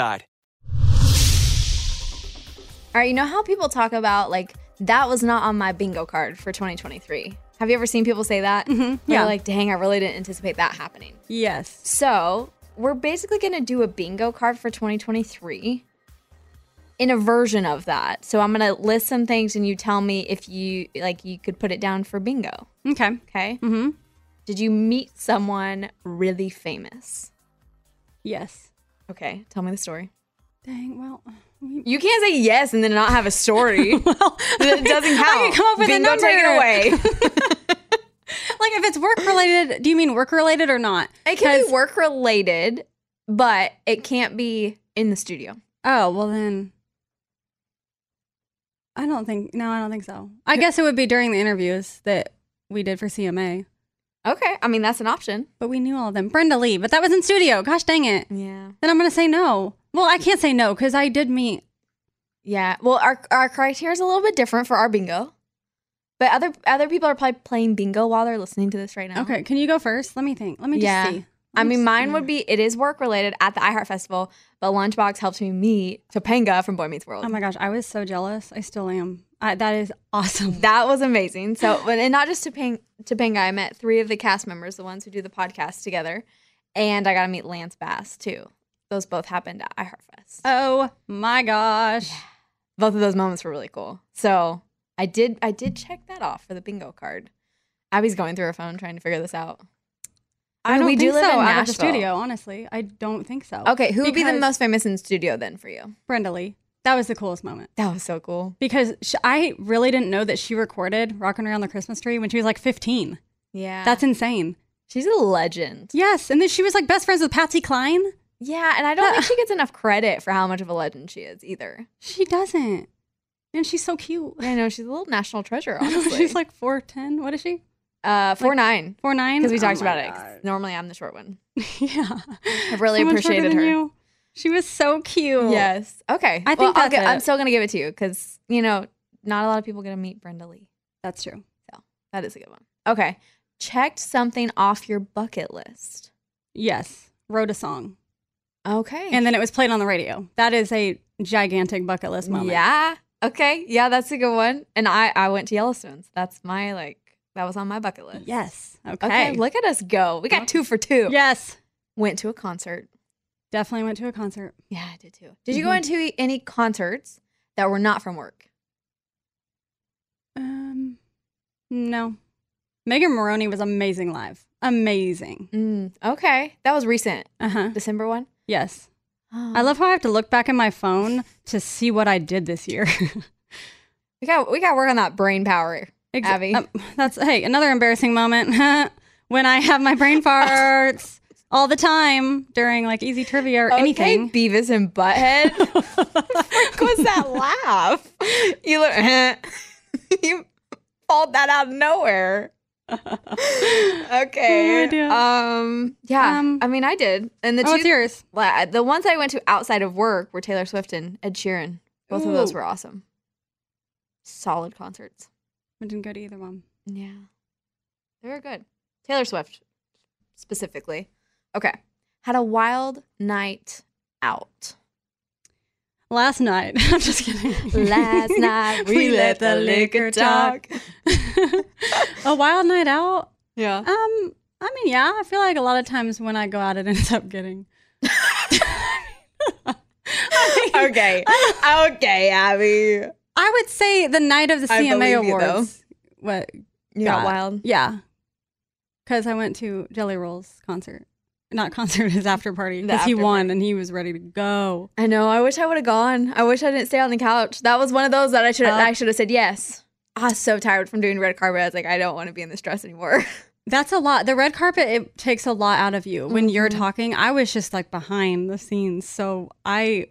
S7: All right, you know how people talk about like that was not on my bingo card for 2023. Have you ever seen people say that? Mm-hmm.
S8: yeah.
S7: Like, dang, I really didn't anticipate that happening.
S8: Yes.
S7: So we're basically going to do a bingo card for 2023 in a version of that. So I'm going to list some things and you tell me if you like you could put it down for bingo.
S8: Okay.
S7: Okay.
S8: Mm-hmm.
S7: Did you meet someone really famous?
S8: Yes.
S7: Okay. Tell me the story.
S8: Dang. Well,
S7: You can't say yes and then not have a story. well, it doesn't count.
S8: I can come up with a
S7: Bingo,
S8: number.
S7: Take it away.
S8: like if it's work related, do you mean work related or not?
S7: It can be work related, but it can't be in the studio.
S8: Oh well, then I don't think. No, I don't think so. I guess it would be during the interviews that we did for CMA.
S7: Okay, I mean that's an option.
S8: But we knew all of them. Brenda Lee, but that was in studio. Gosh dang it.
S7: Yeah.
S8: Then I'm gonna say no. Well, I can't say no because I did meet.
S7: Yeah. Well, our our criteria is a little bit different for our bingo, but other other people are probably playing bingo while they're listening to this right now.
S8: Okay, can you go first? Let me think. Let me just
S7: Yeah.
S8: see.
S7: I mean, mine would be it is work related at the iHeart Festival, but Lunchbox helps me meet Topanga from Boy Meets World.
S8: Oh my gosh, I was so jealous. I still am. I, that is awesome.
S7: That was amazing. So, but and not just Topanga, Topanga, I met three of the cast members, the ones who do the podcast together, and I got to meet Lance Bass too. Those both happened at iHeart Fest.
S8: Oh my gosh,
S7: Both of those moments were really cool. So I did, I did check that off for the bingo card. Abby's going through her phone trying to figure this out.
S8: I
S7: And
S8: don't
S7: we do
S8: think
S7: live
S8: so.
S7: in
S8: out of the
S7: Nashville.
S8: studio, honestly, I don't think so.
S7: Okay, who would be the
S8: Because-
S7: most famous in studio then for you?
S8: Brenda Lee. That was the coolest moment.
S7: That was so cool.
S8: because sh I really didn't know that she recorded "Rocking Around the Christmas Tree" when she was like 15.
S7: Yeah,
S8: That's insane.
S7: She's a legend.
S8: Yes, and then she was like best friends with Patsy Cline.
S7: Yeah, and I don't think she gets enough credit for how much of a legend she is either.
S8: She doesn't, and she's so cute.
S7: I know she's a little national treasure. Honestly,
S8: she's like four ten. What is she?
S7: uh, four nine,
S8: four nine.
S7: because we
S8: Oh
S7: talked
S8: my
S7: about it. 'cause Normally, I'm the short one.
S8: I
S7: really
S8: So much
S7: appreciated
S8: shorter than
S7: her.
S8: you. She was so cute.
S7: Yes. Okay.
S8: I think
S7: Well, I'll
S8: that's
S7: gi- I'm
S8: it.
S7: still gonna give it to you because you know not a lot of people get to meet Brenda Lee.
S8: That's true.
S7: So that is a good one. Okay, checked something off your bucket list.
S8: Yes, wrote a song,
S7: Okay.
S8: and then it was played on the radio. That is a gigantic bucket list moment.
S7: Yeah. Okay. Yeah, that's a good one. And I I went to Yellowstone. So that's my like that was on my bucket list.
S8: Yes. Okay.
S7: Look at us go. We got two for two.
S8: Yes.
S7: Went to a concert.
S8: Definitely went to a concert.
S7: Yeah, I did too. Did you go
S8: Mhm.
S7: into any concerts that were not from work?
S8: Um, no. Megan Maroney was amazing live. Amazing.
S7: Mm, okay, that was recent.
S8: Uh huh.
S7: December one.
S8: Yes.
S7: Oh.
S8: I love how I have to look back at my phone to see what I did this year.
S7: We got we got to work on that brain power,
S8: Ex-
S7: Abby.
S8: um, that's hey another embarrassing moment when I have my brain farts all the time during like easy trivia or
S7: Okay,
S8: anything.
S7: Beavis and Butthead. what was that laugh? You look. you pulled that out of nowhere. okay.
S8: idea.
S7: um. Yeah.
S8: Oh, Um,
S7: I mean, I did. And the
S8: oh,
S7: two
S8: it's yours.
S7: la- the ones I went to outside of work were Taylor Swift and Ed Sheeran. Both of those
S8: Ooh.
S7: were awesome. Solid concerts.
S8: I didn't go to either one.
S7: Yeah. They were good. Taylor Swift specifically. Okay. Had a wild night out.
S8: Last night. I'm just kidding.
S7: Last night we let the liquor talk.
S8: a wild night out.
S7: Yeah.
S8: Um, I mean, yeah, I feel like a lot of times when I go out, it ends up getting.
S7: okay. okay, Abby.
S8: I would say the night of the
S7: I
S8: CMA
S7: believe you, though.
S8: awards. what
S7: You got wild?
S8: Yeah, because I went to Jelly Roll's concert, not concert, his after party because he
S7: after
S8: won and he was ready to go.
S7: I know. I wish I would have gone. I wish I didn't stay on the couch. That was one of those that I should have
S8: Oh.
S7: I should have said yes. I was so tired from doing red carpet. I was like, I don't want to be in this dress anymore.
S8: That's a lot. The red carpet it takes a lot out of you when you're
S7: Mm-hmm.
S8: talking. I was just like behind the scenes, so I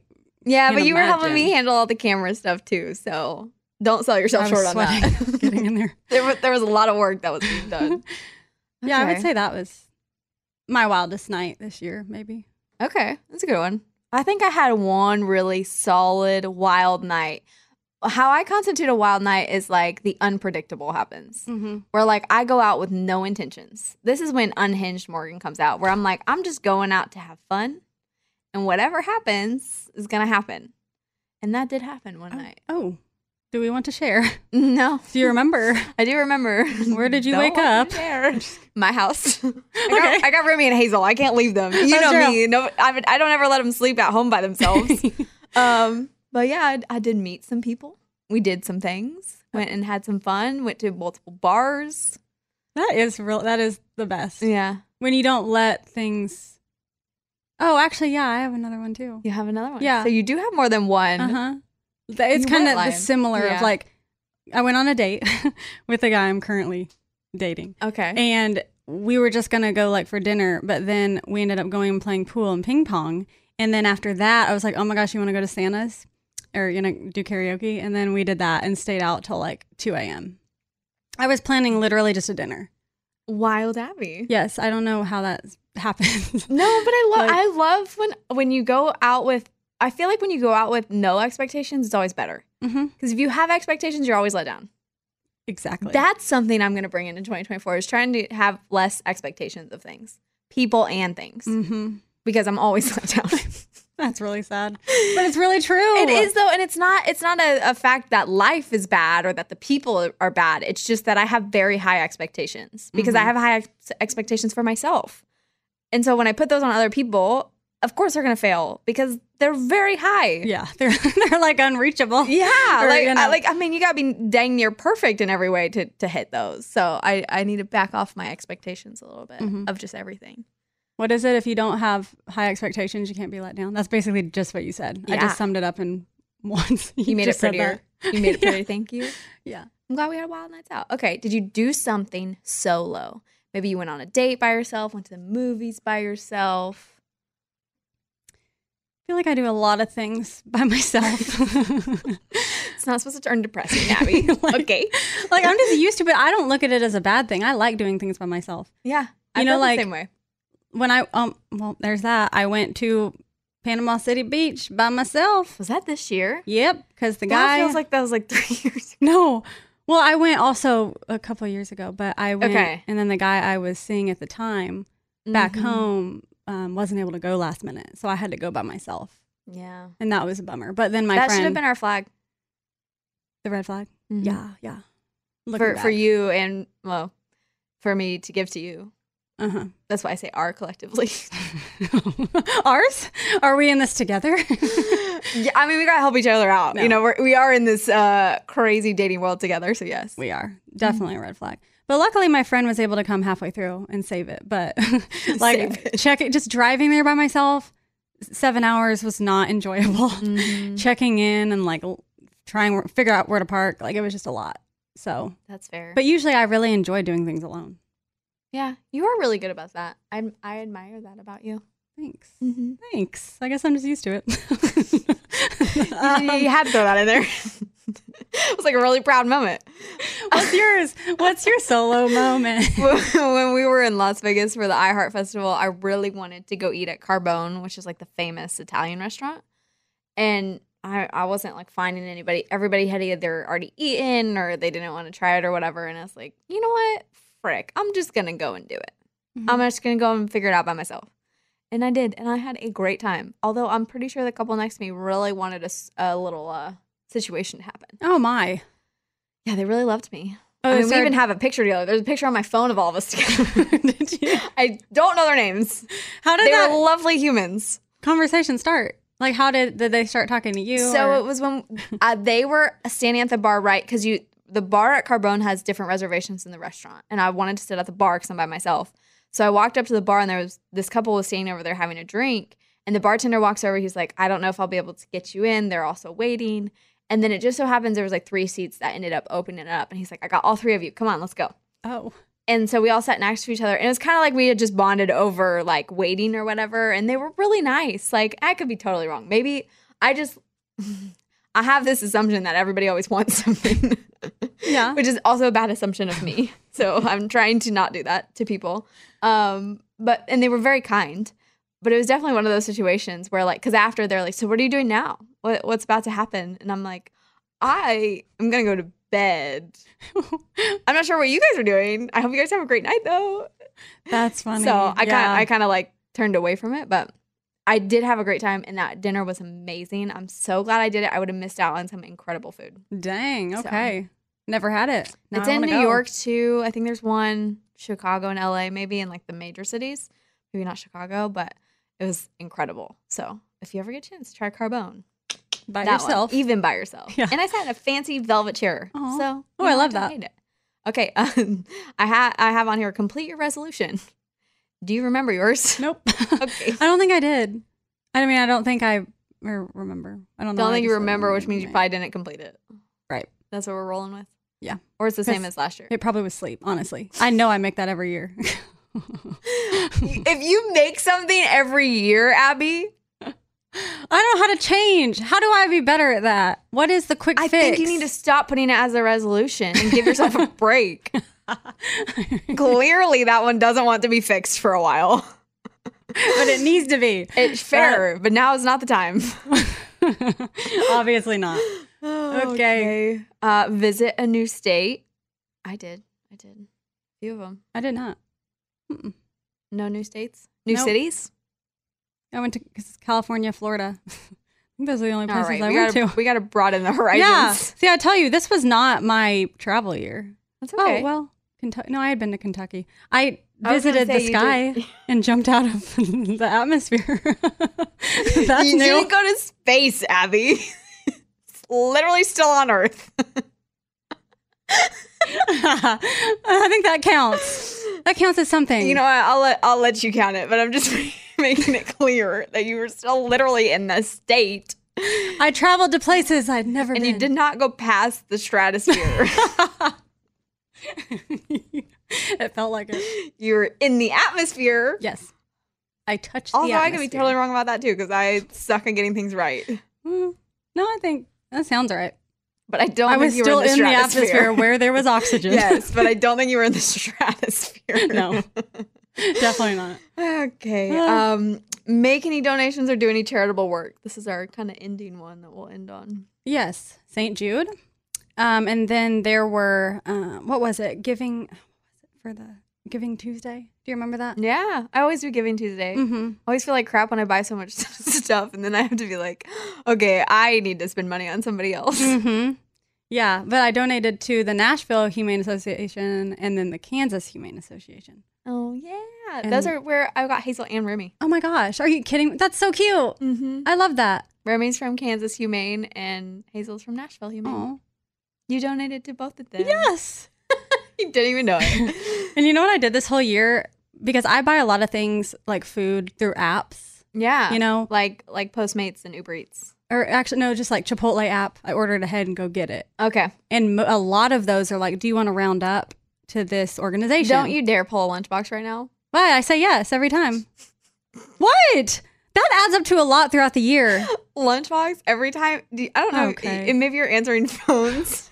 S7: Yeah,
S8: Can't
S7: but you were helping me
S8: imagine.
S7: handle all the camera stuff too. So don't sell yourself
S8: I was
S7: short on that.
S8: sweating, getting in there.
S7: there, was, there was a lot of work that was being done.
S8: Yeah, I would
S7: Okay.
S8: say that was my wildest night this year, maybe.
S7: Okay, that's a good one. I think I had one really solid wild night. How I constitute a wild night is like the unpredictable happens. Where like I go out with no intentions. This is when unhinged Morgan comes out, where I'm like, I'm just going out to have fun, and whatever happens is gonna happen. And that did happen one night.
S8: Oh, do we want to share?
S7: No.
S8: Do you remember?
S7: I do remember.
S8: Where did you
S7: Don't
S8: wake
S7: want
S8: up?
S7: to share. My house. I, got, I got Remy and Hazel. I can't leave them. You
S8: That's
S7: know
S8: true.
S7: me. No, I, would- I don't ever let them sleep at home by themselves. um, but yeah, I, I did meet some people. We did some things.
S8: Oh.
S7: Went and had some fun. Went to multiple bars.
S8: That is real. That is the best.
S7: Yeah.
S8: When you don't let things. Oh, actually, yeah, I have another one too.
S7: You have another one.
S8: Yeah.
S7: So you do have more than one.
S8: Uh huh. It's
S7: Uh-huh. You
S8: kind
S7: went
S8: of the
S7: live.
S8: similar
S7: Yeah.
S8: of like, I went on a date with a guy I'm currently dating,
S7: Okay.
S8: and we were just gonna go like for dinner, but then we ended up going and playing pool and ping pong, and then after that, I was like, oh my gosh, you want to go to Santa's or you know do karaoke, and then we did that and stayed out till like 2 a.m. I was planning literally just a dinner.
S7: Wild Abby.
S8: Yes, I don't know how that happens.
S7: No, but I love
S8: Like-
S7: I love when when you go out with I feel like when you go out with no expectations, it's always better. Because
S8: Mhm.
S7: if you have expectations, you're always let down.
S8: exactly.
S7: That's something I'm going to bring into 2024 is trying to have less expectations of things. people and things
S8: mm-hmm.
S7: because I'm always let down.
S8: That's really sad, but it's really true.
S7: It is though, and it's not. It's not a, a fact that life is bad or that the people are bad. It's just that I have very high expectations because I
S8: Mhm.
S7: have high ex- expectations for myself, and so when I put those on other people, of course they're gonna fail because they're very high.
S8: Yeah, they're they're like unreachable.
S7: Yeah,
S8: Or,
S7: like
S8: you
S7: I,
S8: know.
S7: like I mean, you gotta be dang near perfect in every way to to hit those. So I I need to back off my expectations a little bit
S8: Mhm.
S7: of just everything.
S8: What is it if you don't have high expectations, you can't be let down? That's basically just what you said. I
S7: Yeah.
S8: just summed it up in once.
S7: You made it
S8: just said
S7: prettier.
S8: that.
S7: You made it
S8: Yeah.
S7: prettier. Thank you.
S8: Yeah.
S7: I'm glad we had a wild nights out. Okay, did you do something solo? Maybe you went on a date by yourself, went to the movies by yourself.
S8: I feel like I do a lot of things by myself.
S7: It's not supposed to turn depressing, Abby. okay.
S8: like I'm just used to it. I don't look at it as a bad thing. I like doing things by myself.
S7: Yeah. I
S8: You know,
S7: feel
S8: like-
S7: the same way.
S8: When I um well, there's that. I went to Panama City Beach by myself.
S7: Was that this year?
S8: Yep, because the
S7: That
S8: guy
S7: feels like that was like three years.
S8: No. Well, I went also a couple of years ago, but I went,
S7: Okay.
S8: and then the guy I was seeing at the time back
S7: Mhm.
S8: home um, wasn't able to go last minute, so I had to go by myself,
S7: Yeah.
S8: and that was a bummer. But then my
S7: that should
S8: friend,
S7: have been our flag.
S8: the red flag,
S7: Mhm.
S8: yeah, yeah, Looking
S7: for, for
S8: back.
S7: you and well for me to give to you
S8: uh-huh.
S7: that's why i say our collectively
S8: ours. Are we in this together?
S7: yeah i mean we gotta help each other out
S8: No.
S7: you know we're, we are in this uh crazy dating world together so yes
S8: we are
S7: Mm-hmm.
S8: definitely a red flag. But luckily, my friend was able to come halfway through and save it. But like,
S7: Save
S8: check it. Just driving there by myself, seven hours was not enjoyable.
S7: Mm-hmm.
S8: Checking in and like l- trying to figure out where to park, like it was just a lot. So,
S7: that's fair
S8: but usually I really enjoy doing things alone.
S7: yeah you are really good about that i i admire that about you
S8: Thanks.
S7: Mhm.
S8: Thanks. I guess I'm just used to it.
S7: You- you, you had to throw that in there Um, it was like a really proud moment
S8: What's yours? What's your solo moment?
S7: when we were in Las Vegas for the iHeart Festival, I really wanted to go eat at Carbone, which is like the famous Italian restaurant. And I, I wasn't like finding anybody. Everybody had either already eaten or they didn't want to try it or whatever. And I was like, you know what? Frick, I'm just going to go and do it. I'm just going to go and figure it out by myself. And I did. And I had a great time. Although I'm pretty sure the couple next to me really wanted a, s- a little uh, situation to happen.
S8: Oh my.
S7: Yeah, they really loved me.
S8: Oh,
S7: I mean,
S8: they
S7: we even
S8: started-
S7: have a picture together. There's a picture on my phone of all of us together. I don't know their names.
S8: How did
S7: they
S8: that-
S7: were lovely humans?
S8: Conversation start. Like, how did did they start talking to you?
S7: So
S8: or-
S7: it was when uh, they were standing at the bar, right? Because you, the bar at Carbone has different reservations than the restaurant, and I wanted to sit at the bar because I'm by myself. So I walked up to the bar, and there was this couple was standing over there having a drink, and the bartender walks over. He's like, "I don't know if I'll be able to get you in. They're also waiting." And then it just so happens there was like three seats that ended up opening it up, and he's like, "I got all three of you. Come on, let's go."
S8: Oh.
S7: And so we all sat next to each other, and it was kind of like we had just bonded over like waiting or whatever. And they were really nice. Like I could be totally wrong. Maybe I just I have this assumption that everybody always wants something,
S8: Yeah.
S7: which is also a bad assumption of me. so I'm trying to not do that to people. Um, but and they were very kind. But it was definitely one of those situations where like, because after they're like, so what are you doing now? What what's about to happen? And I'm like, I am gonna go to bed. I'm not sure what you guys are doing. I hope you guys have a great night though.
S8: That's funny.
S7: So I kind
S8: Yeah.
S7: I kind of like turned away from it, but I did have a great time, and that dinner was amazing. I'm so glad I did it. I would have missed out on some incredible food.
S8: Dang.
S7: So.
S8: Okay. Never had it. Now
S7: it's
S8: I
S7: in
S8: wanna
S7: New
S8: go.
S7: York too. I think there's one Chicago and LA, maybe in like the major cities. Maybe not Chicago, but it was incredible. So if you ever get a chance, try Carbone
S8: by
S7: That one,
S8: yourself.
S7: even by yourself.
S8: Yeah.
S7: And I sat in a fancy velvet chair.
S8: Aw.
S7: So
S8: Oh,
S7: you
S8: I
S7: don't
S8: love
S7: have to hate
S8: that.
S7: it. Okay, um, I have I have on here complete your resolution. Do you remember yours?
S8: Nope. I don't think I did. I mean, I don't think I re- remember. I don't know.
S7: Don't
S8: I
S7: think you
S8: just
S7: remember, which means you
S8: it.
S7: probably didn't complete it.
S8: Right.
S7: That's what we're rolling with.
S8: Yeah.
S7: Or it's the same
S8: 'Cause
S7: as last year.
S8: It probably was sleep, honestly. I know I make that every year.
S7: if you make something every year, Abby,
S8: I don't know how to change. How do I be better at that? What is the quick
S7: I
S8: fix?
S7: think you need to stop putting it as a resolution and give yourself a break. Clearly, that one doesn't want to be fixed for a while.
S8: but it needs to be.
S7: It's fair, but now is not the time.
S8: Obviously not. Okay.
S7: Uh, visit a new state. I did. I did. A few of them.
S8: I did not. Mm-mm.
S7: No new states? New
S8: Nope.
S7: cities?
S8: I went to California, Florida. I think those are the only
S7: All
S8: places
S7: right,
S8: I
S7: we
S8: went
S7: gotta,
S8: to.
S7: we gotta broaden the horizons.
S8: Yeah. See, I tell you, this was not my travel year.
S7: That's okay.
S8: Oh well, Kentucky. No, I had been to Kentucky. I
S7: I was gonna
S8: visited the
S7: say you
S8: sky
S7: did-
S8: and jumped out of the atmosphere. That's
S7: you
S8: new.
S7: didn't go to space, Abby. It's Literally still on Earth.
S8: I think that counts. That counts as something.
S7: You know, what? I'll let I'll let you count it, but I'm just making it clear that you were still literally in the state.
S8: I traveled to places I'd never
S7: and you did not go past the stratosphere.
S8: it felt like it.
S7: You're in the atmosphere.
S8: Yes. I touched.
S7: Although
S8: the
S7: I could be
S8: atmosphere.
S7: totally wrong about that too, because I suck at getting things right.
S8: Mm, no, I think that sounds right.
S7: But I don't.
S8: I
S7: think
S8: was
S7: you were
S8: still
S7: in the, stratosphere.
S8: atmosphere where there was oxygen.
S7: yes, but I don't think you were in the stratosphere.
S8: no, definitely not.
S7: Okay.
S8: Ah.
S7: Um, make any donations or do any charitable work. This is our kind of ending one that we'll end on.
S8: Yes, St. Jude. Um, and then there were uh, what was it? Giving what was it for the Giving Tuesday? Do you remember that?
S7: Yeah, I always do Giving Tuesday.
S8: Mhm.
S7: I always feel like crap when I buy so much stuff, and then I have to be like, okay, I need to spend money on somebody else.
S8: Mm-hmm. Yeah, but I donated to the Nashville Humane Association and then the Kansas Humane Association.
S7: Oh yeah,
S8: And-
S7: those are where I got Hazel and Remy.
S8: Oh my gosh, are you kidding? That's so cute.
S7: Mm-hmm.
S8: I love that.
S7: Remy's from Kansas Humane, and Hazel's from Nashville Humane.
S8: Oh.
S7: You donated to both of them.
S8: Yes.
S7: you didn't even know it.
S8: And you know what I did this whole year because I buy a lot of things like food through apps.
S7: yeah,
S8: You know,
S7: like like Postmates and Uber Eats.
S8: or actually no, just like Chipotle app. I ordered ahead and go get it.
S7: Okay,
S8: And mo- a lot of those are like, do you want to round up to this organization?
S7: don't you dare pull a lunchbox right now.
S8: Why? I say yes every time. what? That adds up to a lot throughout the year.
S7: Lunchbox every time. Do you- I don't know.
S8: Okay.
S7: And maybe you're answering phones.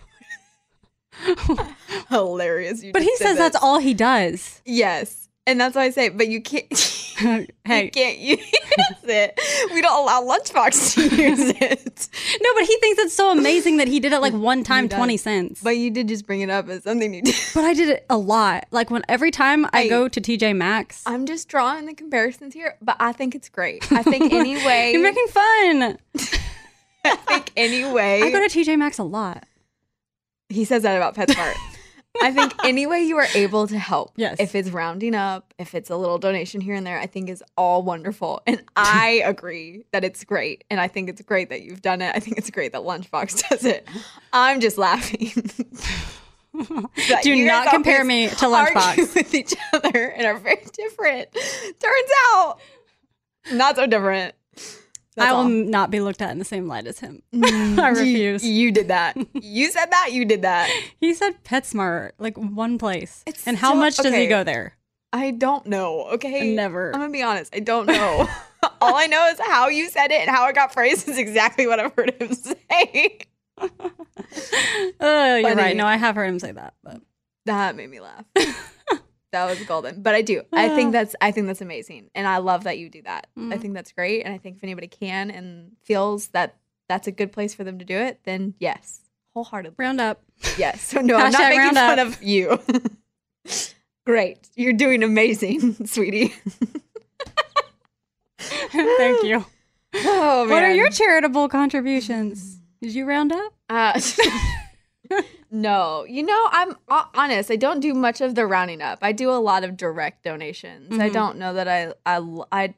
S7: Hilarious. You
S8: But
S7: just
S8: he
S7: did
S8: says that's
S7: this.
S8: all he does.
S7: Yes, and that's why I say. But you can't.
S8: hey,
S7: You can't use it. We don't allow lunchbox to use it.
S8: no, but he thinks it's so amazing that he did it like one time,
S7: does.
S8: twenty cents.
S7: But you did just bring it up as something you did.
S8: But I did it a lot. Like when every time I
S7: Hey.
S8: go to TJ Maxx,
S7: I'm just drawing the comparisons here, but I think it's great. I think anyway,
S8: you're making fun.
S7: I think anyway.
S8: I go to TJ Maxx a lot.
S7: he says that about PetSmart. I think any way you are able to help,
S8: Yes.
S7: if it's rounding up, if it's a little donation here and there, I think is all wonderful. And I agree that it's great. And I think it's great that you've done it. I think it's great that Lunchbox does it. I'm just laughing. that
S8: Do
S7: you guys
S8: not compare
S7: always
S8: me to
S7: argue
S8: Lunchbox.
S7: with each other and are very different. Turns out, not so different. That's
S8: I will
S7: all. Mm,
S8: not be looked at in the same light as him. I refuse.
S7: You, you did that. You said that. You did that.
S8: He said PetSmart, like one place.
S7: It's
S8: and how
S7: still-
S8: much does he
S7: okay.
S8: go there?
S7: I don't know. Okay.
S8: Never.
S7: I'm gonna be honest. I don't know. All I know is how you said it and how it got phrased is exactly what I've heard him say.
S8: Uh, you're
S7: Funny.
S8: right. No, I have heard him say that. But
S7: That made me laugh. that was golden. But I do. I
S8: Ah.
S7: think that's I think that's amazing. And I love that you do that. I
S8: Mhm.
S7: think that's great. And I think if anybody can and feels that that's a good place for them to do it, then yes. Wholeheartedly.
S8: round up.
S7: Yes. So no, I'm not
S8: Hashtag
S7: making
S8: round
S7: fun
S8: up.
S7: of you. great. You're doing amazing, sweetie.
S8: Thank you.
S7: Oh,
S8: What are
S7: man. Mm.
S8: your charitable contributions? Did you round up?
S7: Uh, no, you know, I'm uh, honest. I don't do much of the rounding up. I do a lot of direct donations. I
S8: Mhm.
S7: don't know that I, I, l- I,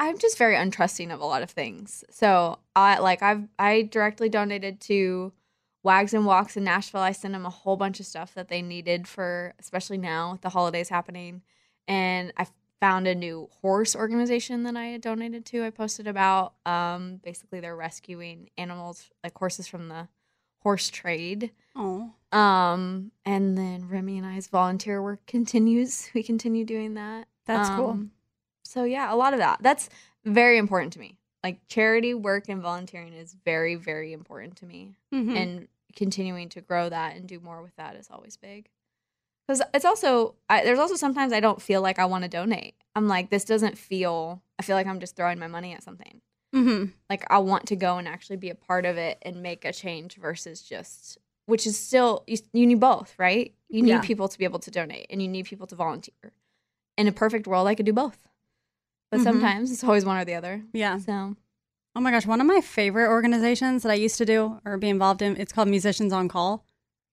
S7: am just very untrusting of a lot of things. So I like I've I directly donated to Wags and Walks in Nashville. I sent them a whole bunch of stuff that they needed for, especially now with the holidays happening. And I found a new horse organization that I had donated to. I posted about. Um, basically, they're rescuing animals like horses from the horse trade.
S8: Oh,
S7: Um, and then Remy and I's volunteer work continues. We continue doing that. Um,
S8: That's cool.
S7: So yeah, a lot of that. That's very important to me. Like charity work and volunteering is very, very important to me.
S8: Mhm.
S7: And continuing to grow that and do more with that is always big. Because it's also I, there's also sometimes I don't feel like I want to donate. I'm like this doesn't feel. I feel like I'm just throwing my money at something
S8: mm-hmm.
S7: like I want to go and actually be a part of it and make a change versus just which is still you, you need both, right? You need
S8: Yeah.
S7: people to be able to donate and you need people to volunteer. in a perfect world, I could do both. But
S8: Mhm.
S7: sometimes it's always one or the other.
S8: Yeah.
S7: So,
S8: Oh my gosh, one of my favorite organizations that I used to do or be involved in, it's called Musicians on Call.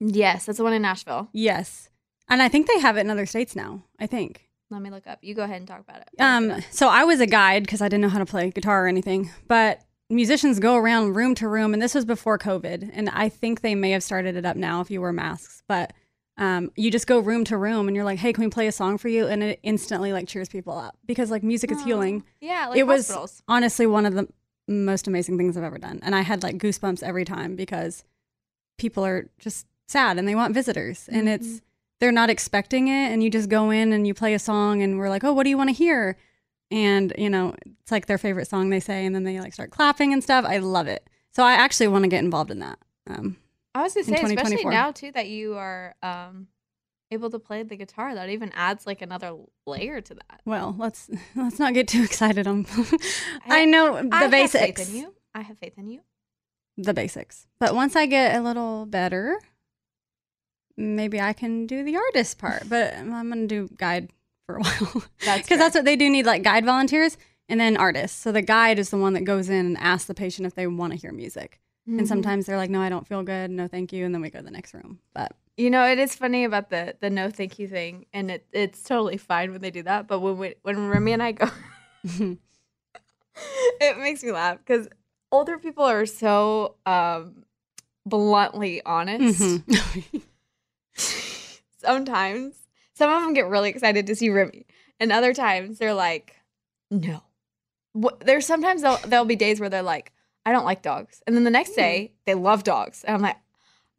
S7: Yes, that's the one in Nashville.
S8: Yes. And I think they have it in other states now, I think.
S7: Let me look up. You go ahead and talk about it.
S8: Um, so I was a guide because I didn't know how to play guitar or anything, but musicians go around room to room, and this was before COVID, and I think they may have started it up now if you wear masks, but um, you just go room to room and you're like, hey, can we play a song for you? And it instantly like cheers people up because like music is healing.
S7: Oh, Yeah, like
S8: it was
S7: hospitals.
S8: honestly one of the most amazing things I've ever done, and I had like goosebumps every time because people are just sad and they want visitors, and it's
S7: Mm-hmm.
S8: they're not expecting it, and you just go in and you play a song, and we're like, oh, what do you want to hear? And you know, it's like their favorite song they say, and then they like start clapping and stuff. I love it, so I actually want to get involved in that. Um,
S7: I was gonna
S8: in
S7: say, especially
S8: 2024.
S7: now too, that you are um, able to play the guitar. That even adds like another layer to that.
S8: Well, let's let's not get too excited. On I know the
S7: I Have
S8: basics.
S7: faith in you. I have faith in you.
S8: the basics. But once I get a little better, maybe I can do the artist part. But I'm going to do guide for a while. That's because that's what they do need like guide volunteers and then artists. So the guide is the one that goes in and asks the patient if they want to hear music.
S7: Mhm.
S8: And sometimes they're like, no, I don't feel good. No, thank you. And then we go to the next room. But
S7: You know, it is funny about the the no thank you thing, and it it's totally fine when they do that. But when we, when Remy and I go, it makes me laugh because older people are so um, bluntly honest.
S8: Mm-hmm.
S7: Sometimes some of them get really excited to see Remy, and other times they're like, no. Wh- There's sometimes there'll, there'll be days where they're like, I don't like dogs, and then the next day they love dogs, and I'm like.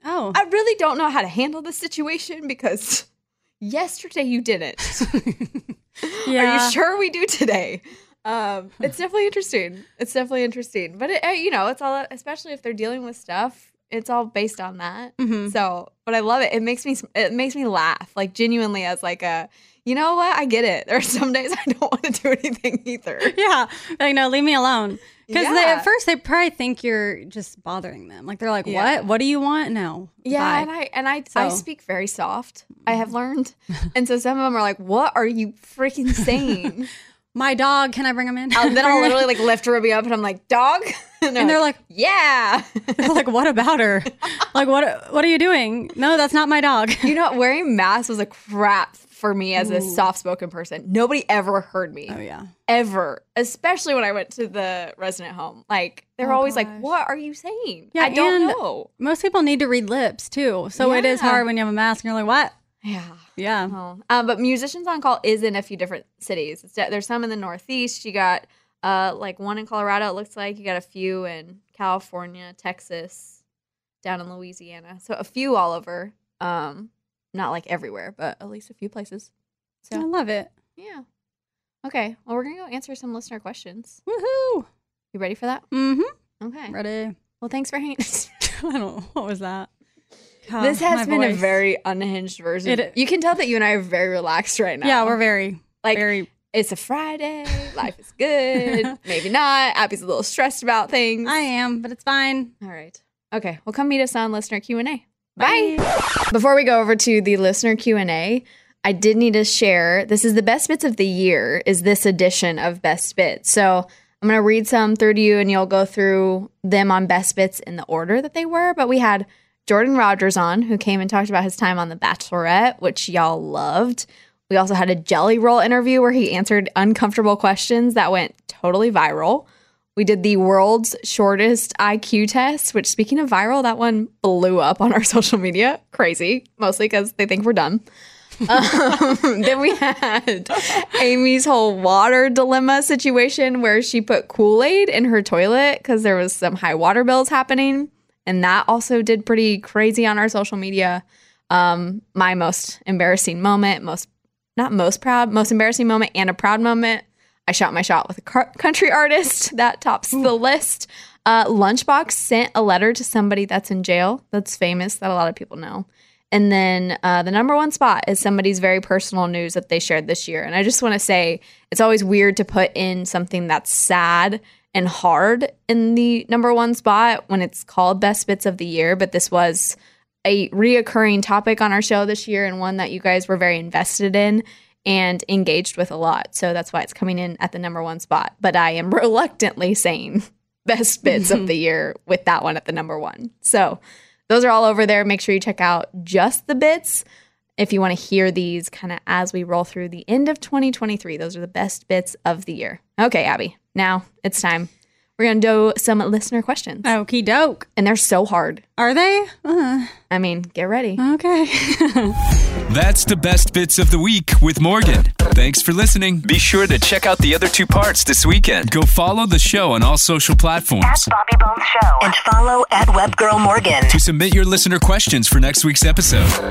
S8: Oh.
S7: I really don't know how to handle this situation because yesterday you didn't. Are
S8: Yeah.
S7: you sure we do today? Um, it's definitely interesting. It's definitely interesting. But it, eh, you know, it's all especially if they're dealing with stuff, it's all based on that.
S8: Mhm.
S7: So, but I love it. It makes me it makes me laugh like genuinely as like a you know what? I get it. There are some days I don't want to do anything either.
S8: yeah, like no, leave me alone. Because
S7: Yeah.
S8: at first they probably think you're just bothering them. Like they're like,
S7: Yeah.
S8: what? What do you want? No.
S7: Yeah,
S8: Bye.
S7: and I and I I
S8: So-
S7: speak very soft. I have learned, and so some of them are like, "What are you freaking saying?"
S8: My dog. Can I bring him in?
S7: And Oh, then I'll literally like lift Ruby up, and I'm like, "Dog," and they're, like, "Yeah."
S8: like, what about her? Like, what what are you doing? No, that's not my dog.
S7: you know, wearing masks was a crap for me as a soft spoken person. Nobody ever heard me. Oh
S8: yeah,
S7: ever. Especially when I went to the resident home. Like they're
S8: Oh,
S7: always like, "What are you saying?"
S8: Yeah,
S7: I don't
S8: and
S7: know.
S8: Most people need to read lips too, so it is
S7: Yeah.
S8: hard when you have a mask and you're like, what?
S7: Yeah.
S8: Yeah.
S7: Um, but musicians on call is in a few different cities. It's, there's some in the Northeast. You got uh, like one in Colorado. It looks like you got a few in California, Texas, down in Louisiana. So a few all over. Um, not like everywhere, but at least a few places. So
S8: I love it.
S7: Yeah. Okay. Well, we're gonna go answer some listener questions.
S8: Woohoo!
S7: You ready for that?
S8: Mm-hmm.
S7: Okay.
S8: Ready.
S7: Well, thanks for hanging.
S8: I don't know what was that. God,
S7: this has
S8: my
S7: been a
S8: voice.
S7: very unhinged version.
S8: It-
S7: you can tell that you and I are very relaxed right now.
S8: Yeah, we're very
S7: like
S8: very.
S7: It's a Friday. Life is good. Maybe not. Abby's a little stressed about things. I
S8: am, but it's fine.
S7: All right. Okay. Well, come meet us on listener Q and A. Bye. Before we go over to the listener Q and A, I did need to share. This is the best bits of the year. Is this edition of best bits? So I'm gonna read some through to you, and you'll go through them on best bits in the order that they were. But we had Jordan Rogers on, who came and talked about his time on The Bachelorette, which y'all loved. We also had a Jelly Roll interview where he answered uncomfortable questions that went totally viral. We did the world's shortest IQ test, which, speaking of viral, that one blew up on our social media. Crazy, mostly because they think we're dumb. um, then we had Amy's whole water dilemma situation where she put Kool Aid in her toilet because there was some high water bills happening, and that also did pretty crazy on our social media. Um, my most embarrassing moment, most not most proud, most embarrassing moment, and a proud moment. I shot my shot with a car- country artist that tops the list. Uh, Lunchbox sent a letter to somebody that's in jail. That's famous. That a lot of people know. And then uh, the number one spot is somebody's very personal news that they shared this year. And I just want to say it's always weird to put in something that's sad and hard in the number one spot when it's called Best Bits of the Year. But this was a reoccurring topic on our show this year and one that you guys were very invested in. and engaged with a lot. So that's why it's coming in at the number one spot. But I am reluctantly saying best bits of the year with that one at the number one. So those are all over there. Make sure you check out just the bits if you want to hear these kind of as we roll through the end of 2023. Those are the best bits of the year. Okay, Abby, now it's time. We're going to do some listener questions.
S8: Okie doke.
S7: And they're so hard.
S8: Are they? Uh,
S7: I mean, get ready.
S8: Okay.
S4: That's the best bits of the week with Morgan. Thanks for listening. Be sure to check out the other two parts this weekend. Go follow the show on all social platforms.
S6: Bobby Bones Show. And follow at Webgirl Morgan.
S4: To submit your listener questions for next week's episode.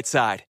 S9: Side.